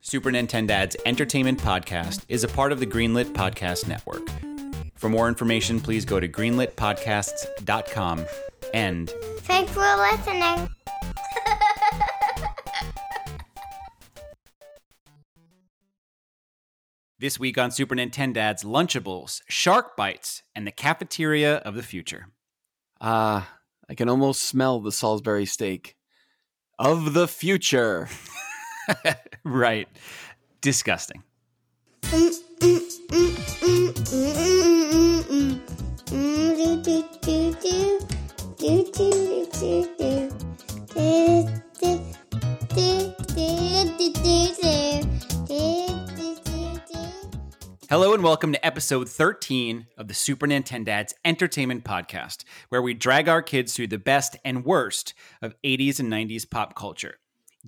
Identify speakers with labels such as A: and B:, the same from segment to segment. A: Super Nintendad's entertainment podcast is a part of the Greenlit Podcast Network. For more information, please go to greenlitpodcasts.com and
B: Thanks for listening.
A: This week on Super Nintendad's Lunchables, Shark Bites, and the Cafeteria of the Future.
C: Ah, I can almost smell the Salisbury steak of the future.
A: Right. Disgusting. Hello and welcome to episode 13 of the Super Nintendad's Entertainment Podcast, where we drag our kids through the best and worst of 80s and 90s pop culture.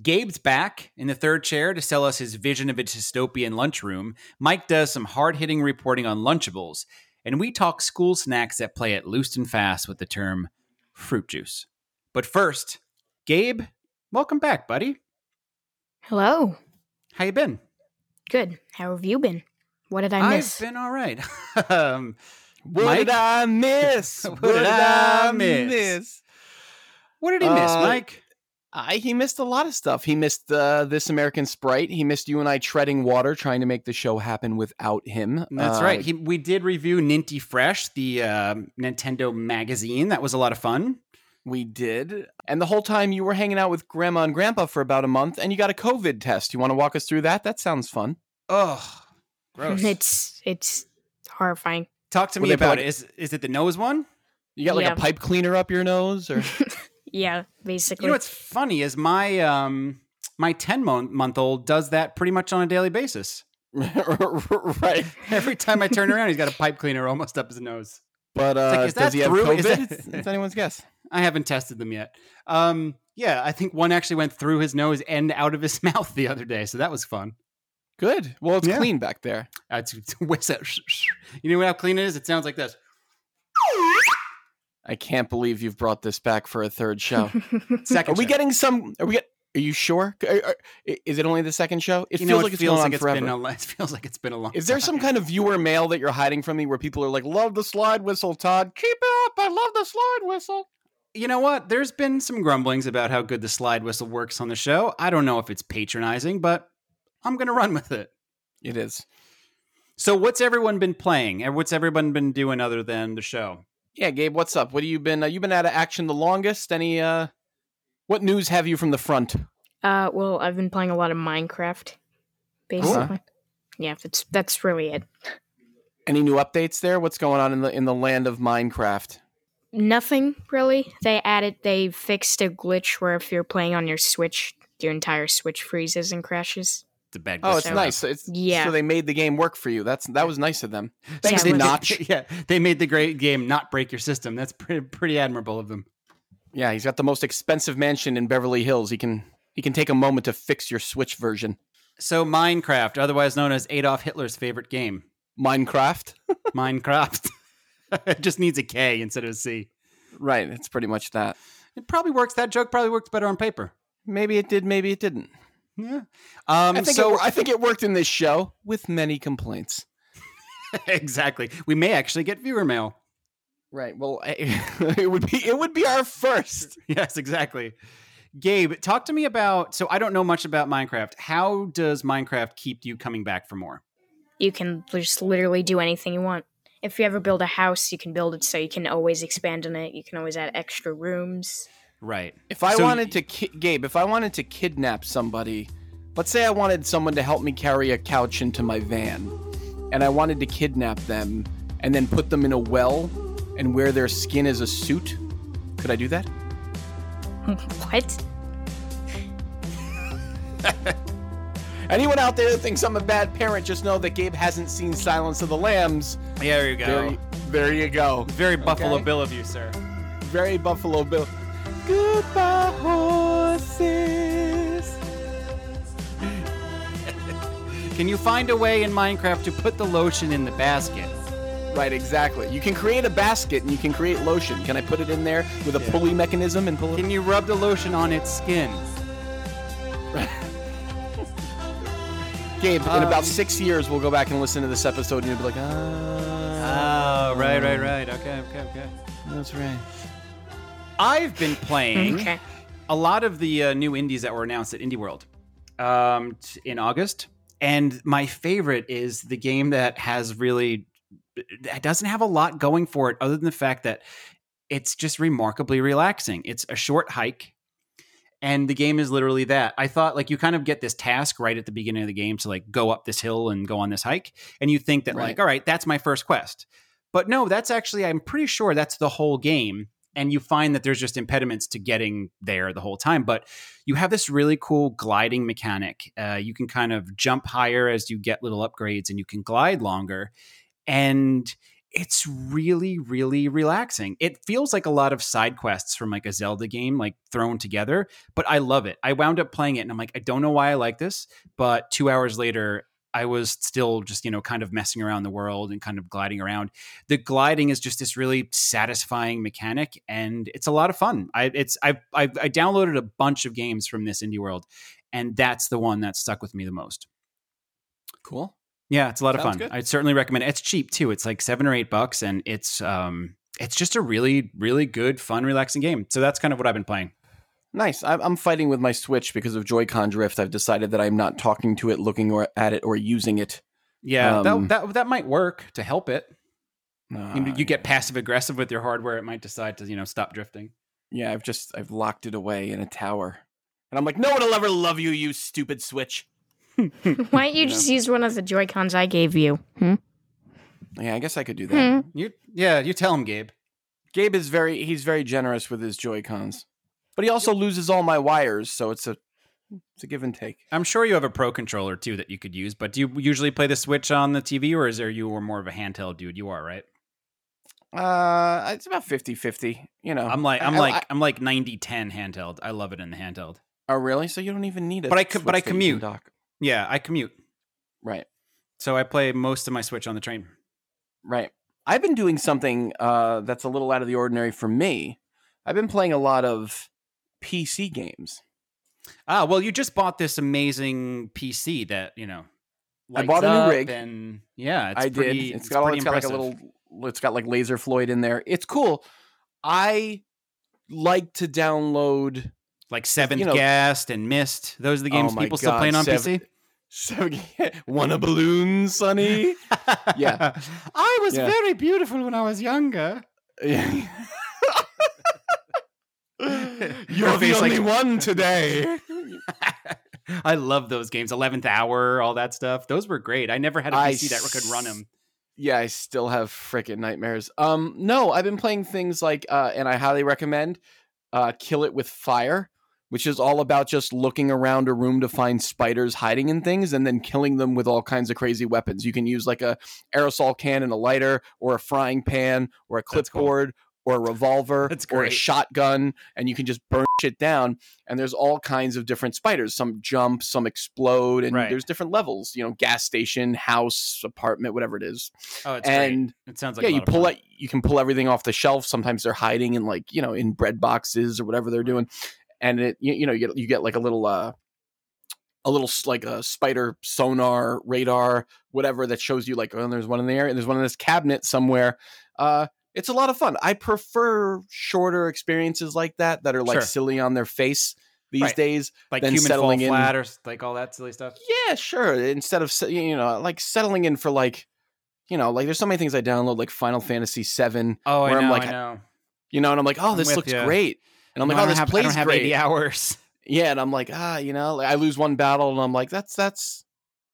A: Gabe's back in the third chair to sell us his vision of a dystopian lunchroom. Mike does some hard hitting reporting on Lunchables, and we talk school snacks that play it loose and fast with the term fruit juice. But first, Gabe, welcome back, buddy.
D: Hello.
A: How you been?
D: Good. How have you been? What did I miss?
A: have been all right. um,
C: What
A: Mike?
C: did I miss?
A: What did I miss? what did he miss,
C: Uh,
A: Mike?
C: I, he missed a lot of stuff. He missed uh, This American Sprite. He missed you and I treading water, trying to make the show happen without him.
A: That's
C: Uh,
A: right. He, we did review Ninty Fresh, the um Nintendo magazine. That was a lot of fun.
C: we did. And the whole time you were hanging out with Grandma and Grandpa for about a month, and you got a COVID test. You want to walk us through that? That sounds fun.
A: Oh, gross.
D: It's it's horrifying.
A: Talk to
C: Were
A: me
C: they put,
A: about
C: like-
A: it. Is is it the nose one?
C: You got like
D: Yeah.
C: a pipe cleaner up your nose, or
D: Yeah, basically.
A: You know what's funny is my um my ten month old does that pretty much on a daily basis.
C: right?
A: Every time I turn around, he's got a pipe cleaner almost up his nose.
C: But uh,
A: like, is that
C: does he have
A: through-
C: COVID?
A: is that-
C: It's- it's anyone's guess.
A: I haven't tested them yet. Um, yeah, I think one actually went through his nose and out of his mouth the other day, so that was fun.
C: Good. Well, it's
A: Yeah.
C: clean back there.
A: Uh, it's, it's whistle. You know how clean it is? It sounds like this.
C: I can't believe you've brought this back for a third show. are
A: Second,
C: we
A: show.
C: getting some? Are we? Get, are you sure? Are- are- i- is it only the second show? It
A: You
C: feels
A: know,
C: like
A: it
C: it's
A: feels
C: going
A: like
C: on
A: it's
C: forever.
A: been a, lo- it feels like it's been a long.
C: is there some kind of viewer mail that you're hiding from me where people are like, "Love the slide whistle, Todd. Keep it up. I love the slide whistle."
A: You know what? There's been some grumblings about how good the slide whistle works on the show. I don't know if it's patronizing, but I'm going to run with it.
C: It is.
A: So, what's everyone been playing, and what's everyone been doing other than the show?
C: Yeah, Gabe. What's up? What have you been? Uh, you've been out of action the longest. Any? uh What news have you from the front?
D: uh well, I've been playing a lot of Minecraft basically. Yeah, that's that's really it.
C: Any new updates there? What's going on in the in the land of Minecraft?
D: Nothing really. They added they fixed a glitch where if you're playing on your Switch, your entire Switch freezes and crashes.
A: It's a bad.
C: Oh, it's
D: So-
C: nice. It's
D: Yeah.
C: So they made the game work for you. That's that was nice of them.
D: Yeah,
C: Thanks,
D: it was-
C: Notch.
A: yeah, they made the great game not break your system. That's pretty, pretty admirable of them.
C: Yeah, he's got the most expensive mansion in Beverly Hills. He can he can take a moment to fix your Switch version.
A: So, Minecraft, otherwise known as Adolf Hitler's favorite game,
C: Minecraft.
A: Minecraft. it just needs a K instead of a C.
C: Right, it's pretty much that.
A: It probably works. That joke probably works better on paper.
C: Maybe it did, maybe it didn't.
A: Yeah. Um,
C: I think
A: so
C: it, wor- I think it worked in this show with many complaints.
A: exactly, we may actually get viewer mail.
C: Right. Well, I- it would be it would be our first.
A: Yes, exactly. Gabe, talk to me about. So I don't know much about Minecraft. How does Minecraft keep you coming back for more?
D: You can just literally do anything you want. If you ever build a house, you can build it so you can always expand on it. You can always add extra rooms.
A: Right.
C: If I
A: So-
C: wanted to ki- Gabe, if I wanted to kidnap somebody, let's say I wanted someone to help me carry a couch into my van and I wanted to kidnap them and then put them in a well and wear their skin as a suit, could I do that?
D: what?
C: Anyone out there that thinks I'm a bad parent, just know that Gabe hasn't seen Silence of the Lambs.
A: There you go.
C: There, y- there you go.
A: Very Buffalo
C: Okay.
A: Bill of you, sir.
C: Very Buffalo Bill. Goodbye, horses.
A: Can you find a way in Minecraft to put the lotion in the basket?
C: Right, exactly. You can create a basket and you can create lotion. Can I put it in there with a pulley mechanism and pull it?
A: Can you rub the lotion on its skin?
C: Gabe, in
A: Um,
C: about six years, we'll go back and listen to this episode, and you'll be like, ah,
A: Oh, right, right, right. Okay, okay, okay.
C: that's right.
A: I've been playing
D: Okay.
A: a lot of the uh, new indies that were announced at Indie World um, t- in August, and my favorite is the game that has really that doesn't have a lot going for it, other than the fact that it's just remarkably relaxing. It's a short hike. And the game is literally that. I thought like you kind of get this task right at the beginning of the game to like go up this hill and go on this hike. And you think that like,
C: Right.
A: all right, that's my first quest. But no, that's actually, I'm pretty sure that's the whole game and you find that there's just impediments to getting there the whole time but you have this really cool gliding mechanic uh, you can kind of jump higher as you get little upgrades and you can glide longer and it's really really relaxing it feels like a lot of side quests from like a zelda game like thrown together but i love it i wound up playing it and i'm like i don't know why i like this but two hours later i was still just you know kind of messing around the world and kind of gliding around the gliding is just this really satisfying mechanic and it's a lot of fun i it's i i, I downloaded a bunch of games from this indie world and that's the one that stuck with me the most
C: Cool.
A: yeah it's a lot of fun
C: Sounds good.
A: i'd certainly recommend it it's cheap too it's like seven or eight bucks and it's um it's just a really really good fun relaxing game so that's kind of what i've been playing
C: Nice. I- I'm fighting with my Switch because of Joy-Con drift. I've decided that I'm not talking to it, looking or at it, or using it.
A: yeah
C: Um,
A: that, that that might work to help it you,
C: Uh,
A: you get passive aggressive with your hardware it might decide to you know stop drifting
C: yeah. I've just I've locked it away in a tower, and I'm like, no one will ever love you, you stupid Switch.
D: Why don't you
C: Yeah.
D: just use one of the Joy Cons I gave you? Hmm?
C: Yeah, I guess I could do that.
D: Hmm.
A: you yeah you tell him gabe
C: Gabe is very he's very generous with his Joy Cons, but he also loses all my wires, so it's a it's a give and take.
A: I'm sure you have a pro controller too that you could use, but do you usually play the Switch on the TV or is there you are more of a handheld dude? You are, right?
C: Uh, it's about 50-50, You know,
A: I'm like I'm
C: Um, I- I-
A: like
C: I-
A: I, am like 90 10 handheld. I love it in the handheld.
C: oh really? So you don't even need it.
A: But I co- but I commute.
C: Doc.
A: Yeah, I commute.
C: Right,
A: So I play most of my Switch on the train.
C: right. I've been doing something uh that's a little out of the ordinary for me. I've been playing a lot of PC games.
A: Ah, well, you just bought this amazing PC that, you know,
C: I
A: lights
C: bought a new
A: up
C: rig.
A: And yeah, it's
C: I
A: pretty, It's,
C: did. It's got all,
A: pretty
C: it's got like a
A: impressive.
C: little. It's got like Laser Floyd in there. It's cool. I like to download
A: like Seventh
C: know-
A: Guest and Mist. Those are the
C: Oh
A: games
C: my
A: people still
C: God,
A: playing on
C: Seven-
A: PC.
C: So want a balloon, Sonny? Yeah.
A: I was
C: Yeah.
A: very beautiful when I was younger. Your face, like-
C: one today.
A: I love those games. Eleventh Hour, all that stuff. Those were great. I never had a
C: I
A: PC that could run them.
C: yeah, I still have frickin' nightmares. Um, no, I've been playing things like, uh, and I highly recommend, uh, Kill It with Fire, which is all about just looking around a room to find spiders hiding in things and then killing them with all kinds of crazy weapons. You can use like a aerosol can and a lighter, or a frying pan, or a
A: That's cool.
C: clipboard, or a revolver,
A: That's
C: or a
A: great.
C: shotgun, and you can just burn shit down. And there's all kinds of different spiders. Some jump, some explode, and
A: Right.
C: there's different levels. You know, gas station, house, apartment, whatever it is.
A: Oh, it's
C: and
A: great. It sounds like
C: yeah,
A: a
C: you
A: lot of
C: pull
A: fun.
C: it. You can pull everything off the shelf. Sometimes they're hiding in like you know in bread boxes or whatever they're doing, and it you, you know you get, you get like a little uh a little s- like a spider sonar radar whatever that shows you like oh there's one in there and there's one in this cabinet somewhere. Uh, it's a lot of fun. I prefer shorter experiences like that that are like
A: Sure.
C: silly on their face these
A: Right.
C: days.
A: like
C: then
A: human fall
C: settling in-
A: flat or s- like all that silly stuff.
C: Yeah, sure. Instead of se- you know like settling in for like. You know, like there's so many things I download, like Final Fantasy VII,
A: Oh, I
C: Where I'm
A: know,
C: like,
A: I know.
C: you know, and I'm like, oh,
A: I'm
C: this
A: with
C: looks
A: ya.
C: great, and I'm
A: No,
C: like,
A: I
C: oh,
A: don't
C: this
A: have, I don't
C: plays
A: have
C: great,
A: eighty hours.
C: yeah, and I'm like, ah, you know, like, I lose one battle, and I'm like, that's that's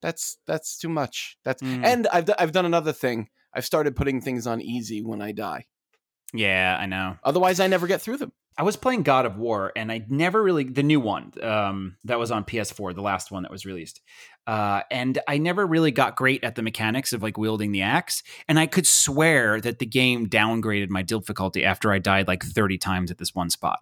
C: that's that's too much. That's
A: Mm.
C: and I've d- I've done another thing. I've started putting things on easy when I die.
A: Yeah, I know.
C: Otherwise, I never get through them.
A: I was playing God of War, and I never really the new one um, that was on PS4, the last one that was released, uh, and I never really got great at the mechanics of like wielding the axe. And I could swear that the game downgraded my difficulty after I died like thirty times at this one spot.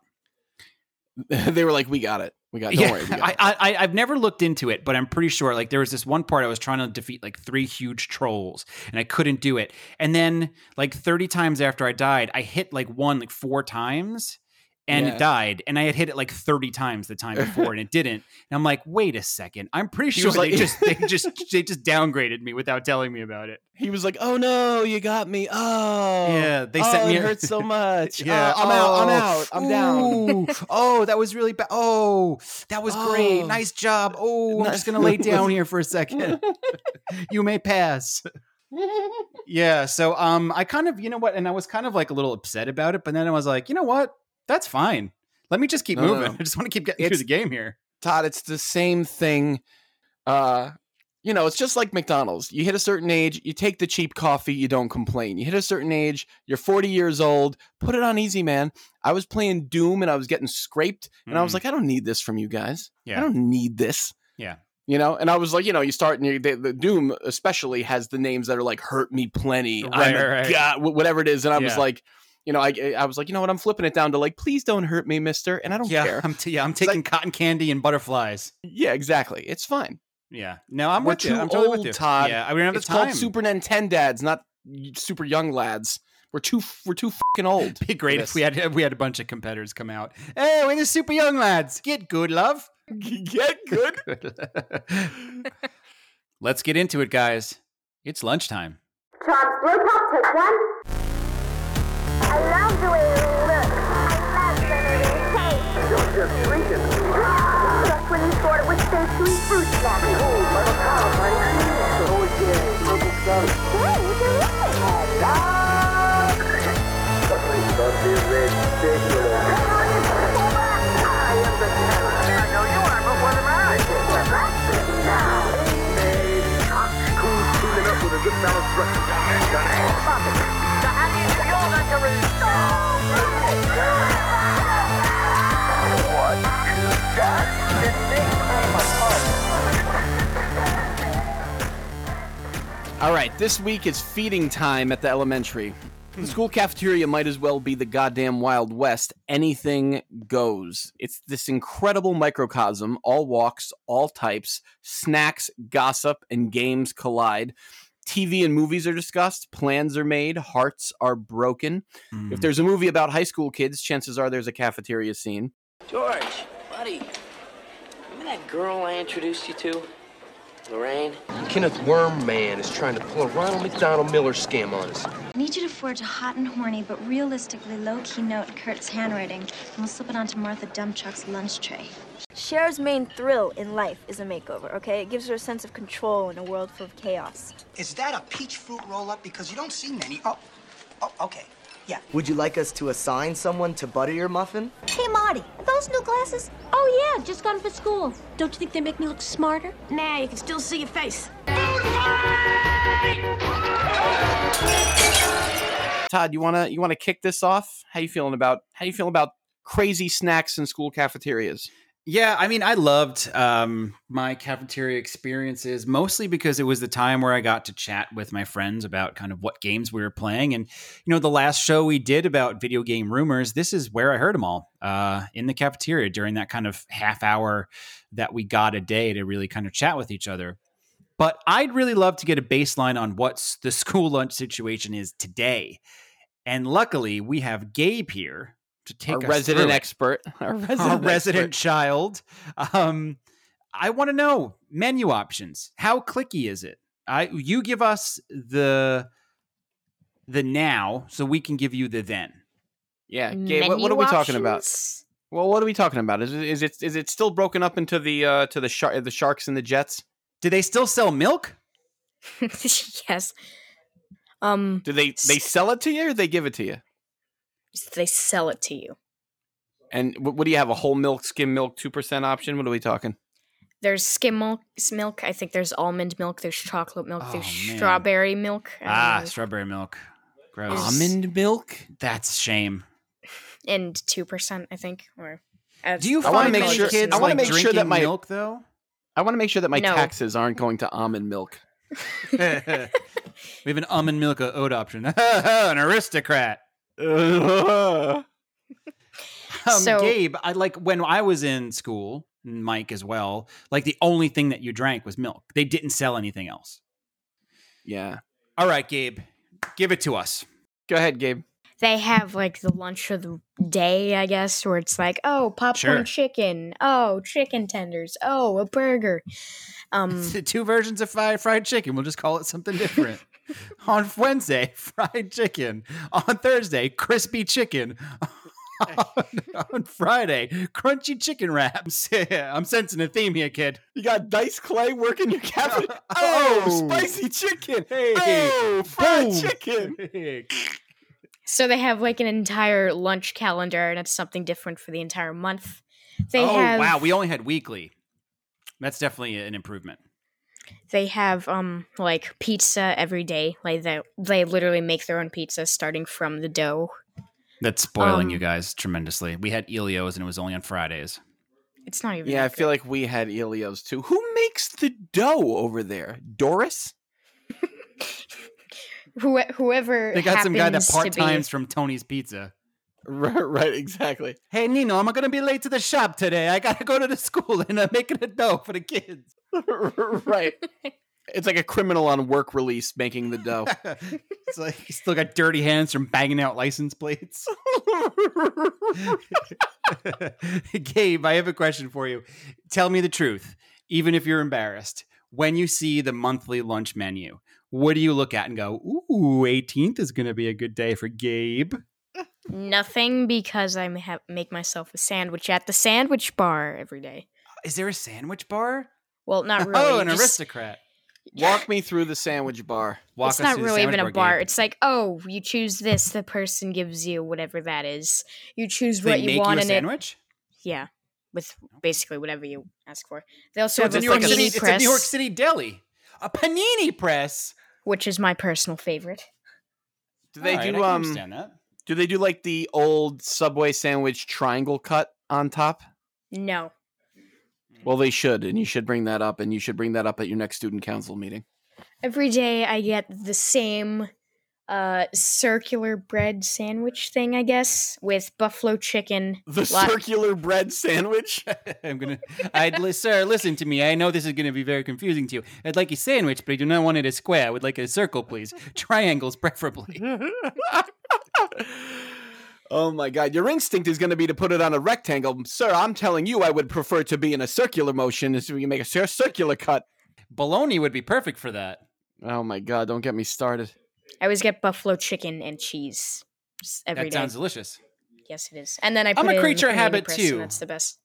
C: they were like, we got it, we got. Uh, Don't worry, we got
A: I,
C: it.
A: I I- I've never looked into it, but I'm pretty sure like there was this one part I was trying to defeat like three huge trolls and I couldn't do it. And then like 30 times after I died, I hit like one like four times and
C: Yeah.
A: it died. And I had hit it like 30 times the time before and it didn't. And I'm like, wait a second. I'm pretty
C: He
A: sure
C: was
A: they
C: like-
A: just they just they just downgraded me without telling me about it.
C: He was like, "Oh no, you got me! Oh,
A: yeah. They
C: oh,
A: sent me
C: It hurts so much.
A: Yeah, oh,
C: Uh, I'm out. I'm out. I'm down.
A: down. oh, that was really bad. Oh, that was great.
C: Oh.
A: Nice job. Oh, I'm
C: Nice.
A: just gonna lay down here for a second. you may pass. yeah. So, um, I kind of, you know what, and I was kind of like a little upset about it, but then I was like, you know what, that's fine. Let me just keep
C: No, no,
A: moving.
C: no.
A: I just want to keep getting through
C: It's-
A: the game here.
C: Todd, it's the same thing. Uh, you know, it's just like McDonald's. You hit a certain age, you take the cheap coffee, you don't complain. You hit a certain age, you're 40 years old, put it on easy, man. I was playing Doom and I was getting scraped, and I was
A: Mm.
C: like, I don't need this from you guys.
A: Yeah.
C: I don't need this.
A: Yeah.
C: You know, and I was like, you know, you start and you, the, the Doom especially has the names that are like hurt me plenty,
A: Right,
C: I'm a
A: right, right.
C: god, wh- whatever it is, and I was
A: Yeah.
C: like, you know, I I was like, you know what, I'm flipping it down to like, please don't hurt me, Mister, and I don't
A: yeah,
C: care.
A: I'm t- yeah, I'm taking cotton candy and butterflies.
C: Yeah, exactly. It's fine.
A: Yeah, no, I'm
C: We're
A: with you.
C: too
A: I'm totally
C: old,
A: with you.
C: Todd.
A: Yeah, I don't have
C: it's
A: the time.
C: called Super Nintendads, not y- super young lads. We're too we're too fucking old.
A: It'd be great
C: for
A: if we had if we had a bunch of competitors come out. Hey, we're the super young lads. Get good, love.
C: Get good.
A: Let's get into it, guys. It's lunchtime.
B: Chomps Blue Pop, take one. I love the way you look. I love the way you taste. You're just freaking. Just when you thought it was safe to eat fruit snacks. Behold, my macabre, Oh, my cream. Oh, yeah, purple stuff. Hey, you can eat it. Ah. I am the terror. I know you are, but what am I? Homemade cockcoos cooling up with a good balanced breakfast. The honey to your liquor is so good. What? That is big time apart.
C: All right, this week is feeding time at the elementary.
A: Hmm.
C: The school cafeteria might as well be the goddamn Wild West. Anything goes. It's this incredible microcosm, all walks, all types, snacks, gossip, and games collide. TV and movies are discussed, plans are made, hearts are broken.
A: Hmm.
C: If there's a movie about high school kids, chances are there's a cafeteria scene.
E: George, buddy, remember that girl I introduced you to? Lorraine?
F: Kenneth Wormman is trying to pull a Ronald McDonald Miller scam on us.
G: I need you to forge a hot and horny but realistically low-key note in Kurt's handwriting, and we'll slip it onto Martha Dumbchuck's lunch tray.
H: Cher's main thrill in life is a makeover, okay? It gives her a sense of control in a world full of chaos.
I: Is that a peach fruit roll up? Because you don't see many. Oh, oh, okay. Yeah. Would you like us to assign someone to butter your muffin?
J: Hey, Marty, are those new glasses? Oh, yeah, just got them for school. Don't you think they make me look smarter? Nah, you can still see your face.
C: Todd, you wanna you wanna kick this off? How you feeling about how you feeling about crazy snacks in school cafeterias?
A: Yeah, I mean, I loved um, my cafeteria experiences mostly because it was the time where I got to chat with my friends about kind of what games we were playing. And, you know, the last show we did about video game rumors, this is where I heard them all uh, in the cafeteria during that kind of half hour that we got a day to really kind of chat with each other. But I'd really love to get a baseline on what's the school lunch situation is today. And luckily, we have Gabe here to take
C: Our
A: us
C: resident
A: through it
C: expert. Our resident,
A: our resident
C: expert.
A: child. Um, I want to know menu options. How clicky is it? I you give us the the now, so we can give you the then.
C: Yeah, Gabe, what, what are we
D: Menu
C: talking about?
D: options?
C: Well, what are we talking about? Is it is it, is it still broken up into the uh, to the shar the sharks and the jets?
A: Do they still sell milk?
D: yes. Um,
C: Do they they sell it to you or they give it to you?
D: they sell it to you.
C: And what, what do you have? A whole milk, skim milk, two percent option? What are we talking?
D: There's skim milk, milk. I think there's almond milk. There's chocolate milk. there's
A: Oh, man.
D: strawberry milk. um, I don't
A: Ah,
D: know.
A: strawberry milk. Gross.
D: Is-
C: Almond milk.
A: That's shame.
D: and two percent, I think. Or uh,
A: Do you
C: I wanna
A: find
C: make
A: those
C: sure-
A: kids
C: I wanna
A: like
C: make sure
A: drinking
C: that my-
A: milk though?
C: I want to make sure that my
D: No.
C: taxes aren't going to almond milk.
A: we have an almond milk oat option. an aristocrat. um,
D: So-
A: Gabe, I like when I was in school, Mike as well. Like the only thing that you drank was milk. They didn't sell anything else.
C: yeah.
A: All right, Gabe, give it to us.
C: Go ahead, Gabe.
D: they have like the lunch of the day, I guess, where it's like, oh,
A: Sure.
D: popcorn chicken, oh, chicken tenders, oh, a burger. Um,
A: Two versions of fried, fried chicken. We'll just call it something different. on Wednesday, fried chicken. On Thursday, crispy chicken. on, on Friday, crunchy chicken wraps. Yeah, I'm sensing a theme here, kid.
C: You got Dice Clay working your cabinet.
A: Oh,
C: Oh, spicy chicken.
A: Hey.
C: Oh, fried
A: Boom.
C: chicken.
D: so they have like an entire lunch calendar, and it's something different for the entire month. They
A: oh
D: have
A: wow, we only had weekly. That's definitely an improvement.
D: they have um like pizza every day. Like they they literally make their own pizza starting from the dough.
A: That's spoiling
D: Um,
A: you guys tremendously. We had Elio's and it was only on Fridays.
D: It's not even
C: Yeah, I
D: that
C: feel like we had Elio's too. Who makes the dough over there? Doris?
D: good. Whoe- whoever
A: They got some guy that
D: happens to be-
A: part times from Tony's Pizza.
C: Right, right, exactly.
A: Hey Nino, I'm gonna be late to the shop today. I gotta go to the school and I'm making a dough for the kids.
C: right. It's like a criminal on work release making the dough.
A: It's like he's still got dirty hands from banging out license plates. Gabe, I have a question for you. Tell me the truth, even if you're embarrassed. When you see the monthly lunch menu, what do you look at and go, "Ooh, 18th is going to be a good day for Gabe"?
D: Nothing because I ha- make myself a sandwich at the sandwich bar every day.
A: Is there a sandwich bar?
D: Well, not really.
A: oh,
D: you
A: an
D: just-
A: aristocrat.
C: Walk me through the sandwich bar.
A: Walk
D: it's
A: us
D: not
A: through the
D: really even
A: sandwich
D: a bar.
A: Gabe.
D: It's like, oh, you choose this, the person gives you whatever that is. You choose
A: Do they
D: what
A: make
D: you want
A: you a
D: in
A: sandwich?
D: it. Yeah, with basically whatever you ask for. They
A: So
D: also
A: it's
D: have a
A: a New York
D: panini
A: City. It's a
D: press,
A: New York City deli. A panini press.
D: which is my personal favorite.
C: Do they
A: All right, I
C: do
A: can
C: um
A: understand that.
C: do they do like the old Subway sandwich triangle cut on top?
D: No,
A: Mm.
C: Well, they should, and you should bring that up, and you should bring that up at your next student council meeting.
D: every day I get the same uh circular bread sandwich thing, I guess, with buffalo chicken.
C: The
D: lot-
C: circular bread sandwich.
A: I'm gonna. I'd li- sir, listen to me. I know this is gonna be very confusing to you. I'd like a sandwich, but I do not want it a square. I would like a circle, please. Triangles, preferably.
C: oh my god, your instinct is going to be to put it on a rectangle, sir. I'm telling you, I would prefer to be in a circular motion. So you make a cir- circular cut.
A: Bologna would be perfect for that.
C: Oh my god, don't get me started.
D: I always get buffalo chicken and cheese just every day.
A: that sounds delicious.
D: yes, it is. And then I
A: I'm
D: put
A: a
D: it in the
A: creature of
D: panini
A: habit,
D: press, and
A: too.
D: That's the best.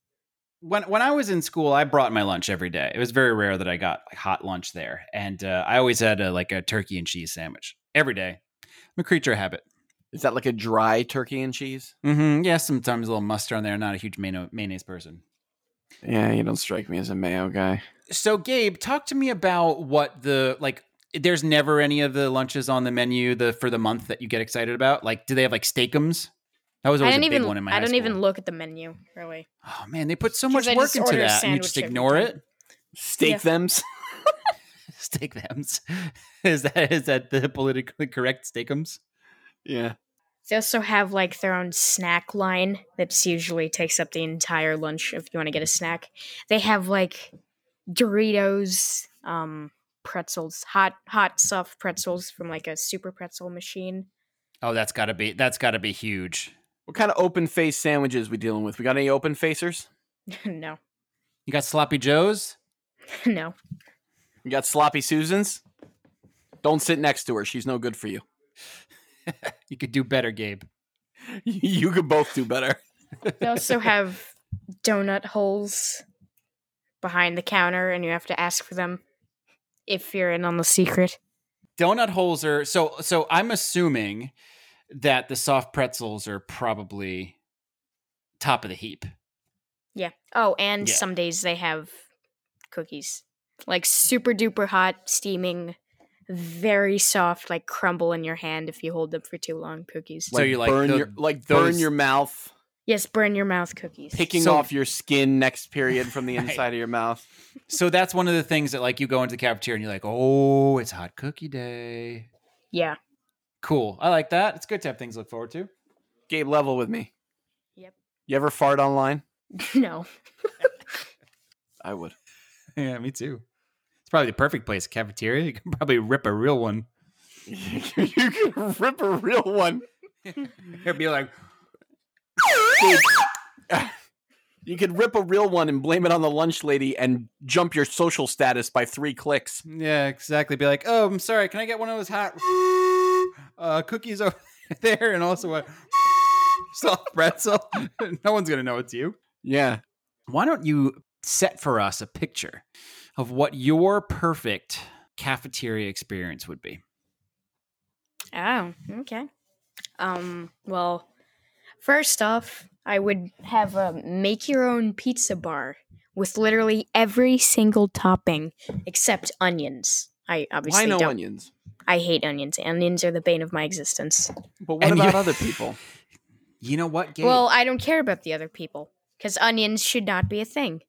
A: When when I was in school, I brought my lunch every day. It was very rare that I got like hot lunch there, and uh, I always had a, like a turkey and cheese sandwich every day. I'm a creature of habit.
C: Is that like a dry turkey and cheese?
A: Mm-hmm. Yeah, sometimes a little mustard on there. Not a huge mayo- mayonnaise person.
C: Yeah, you don't strike me as a mayo guy.
A: So, Gabe, talk to me about what the like. There's never any of the lunches on the menu the for the month that you get excited about. Like, do they have like steakums? That was
D: I
A: always a
D: don't
A: big
D: even.
A: one in my.
D: I
A: high
D: don't even
A: school.
D: look at the menu really.
A: Oh man, they put so
D: 'Cause
A: much
D: I
A: work
D: just
A: into
D: order a
A: that, and you just
D: sandwich every
A: ignore
D: time.
A: it.
C: Steak
D: Yeah.
C: thems.
A: Steakums is that is that the politically correct steakums?
C: Yeah.
D: They also have like their own snack line that's usually takes up the entire lunch if you want to get a snack. They have like Doritos, um, pretzels, hot hot soft pretzels from like a super pretzel machine.
A: Oh, that's gotta be that's gotta be huge.
C: What kind of open face sandwiches we dealing with? We got any open facers?
D: no.
A: You got sloppy joes.
D: No.
C: You got sloppy Susans? Don't sit next to her. She's no good for you.
A: You could do better, Gabe.
C: you could both do better.
D: They also have donut holes behind the counter and you have to ask for them if you're in on the secret.
A: donut holes are so so i'm assuming that the soft pretzels are probably top of the heap
D: Yeah. Oh, and
A: Yeah.
D: some days they have cookies. Like super duper hot, steaming, very soft, like crumble in your hand if you hold them for too long cookies.
A: So you like
C: burn
A: the-
C: your like burn
A: those-
C: your mouth,
D: yes, burn your mouth cookies.
C: picking
A: So-
C: off your skin next period from the
A: Right.
C: inside of your mouth.
A: so that's one of the things that like you go into the cafeteria and you're like oh it's hot cookie day
D: yeah.
A: cool i like that it's good to have things to look forward to
C: Gabe, level with me.
D: Yep.
C: You ever fart online?
D: no.
C: I would.
A: yeah me too it's probably the perfect place cafeteria you can probably rip a real one
C: you could rip a real one.
A: It'd be like,
C: You could rip a real one and blame it on the lunch lady and jump your social status by three clicks.
A: yeah, exactly. Be like, oh, I'm sorry. Can I get one of those hot uh, cookies over there and also a soft pretzel? no one's going to know it's you.
C: Yeah.
A: Why don't you set for us a picture of what your perfect cafeteria experience would be?
D: Oh, okay. Um, well, first off, I would have a make your own pizza bar with literally every single topping except onions. I obviously
C: Why no
D: don't.
C: onions?
D: I hate onions. Onions are the bane of my existence.
C: But what
A: And you-
C: about other people?
A: You know what, Gabe?
D: Well, I don't care about the other people because onions should not be a thing.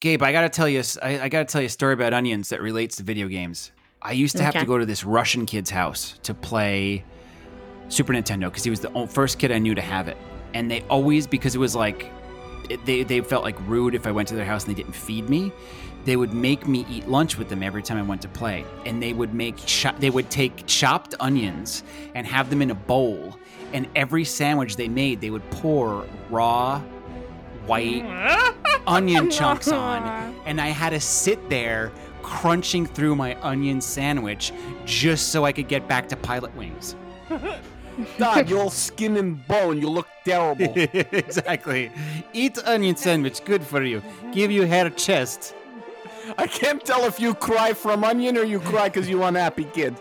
A: Gabe, I gotta tell you, a s- I, I gotta tell you a story about onions that relates to video games. I used to have
D: Okay.
A: to go to this Russian kid's house to play Super Nintendo because he was the o- first kid I knew to have it, and they always because it was like it, they they felt like rude if I went to their house and they didn't feed me. They would make me eat lunch with them every time I went to play, and they would make cho- they would take chopped onions and have them in a bowl, and every sandwich they made, they would pour raw white onion chunks on, and I had to sit there crunching through my onion sandwich just so I could get back to pilot wings.
C: Dog, you're all skin and bone. You look terrible.
A: exactly. Eat onion sandwich, good for you. Give you hair chest.
C: I can't tell if you cry from onion or you cry because you unhappy kid.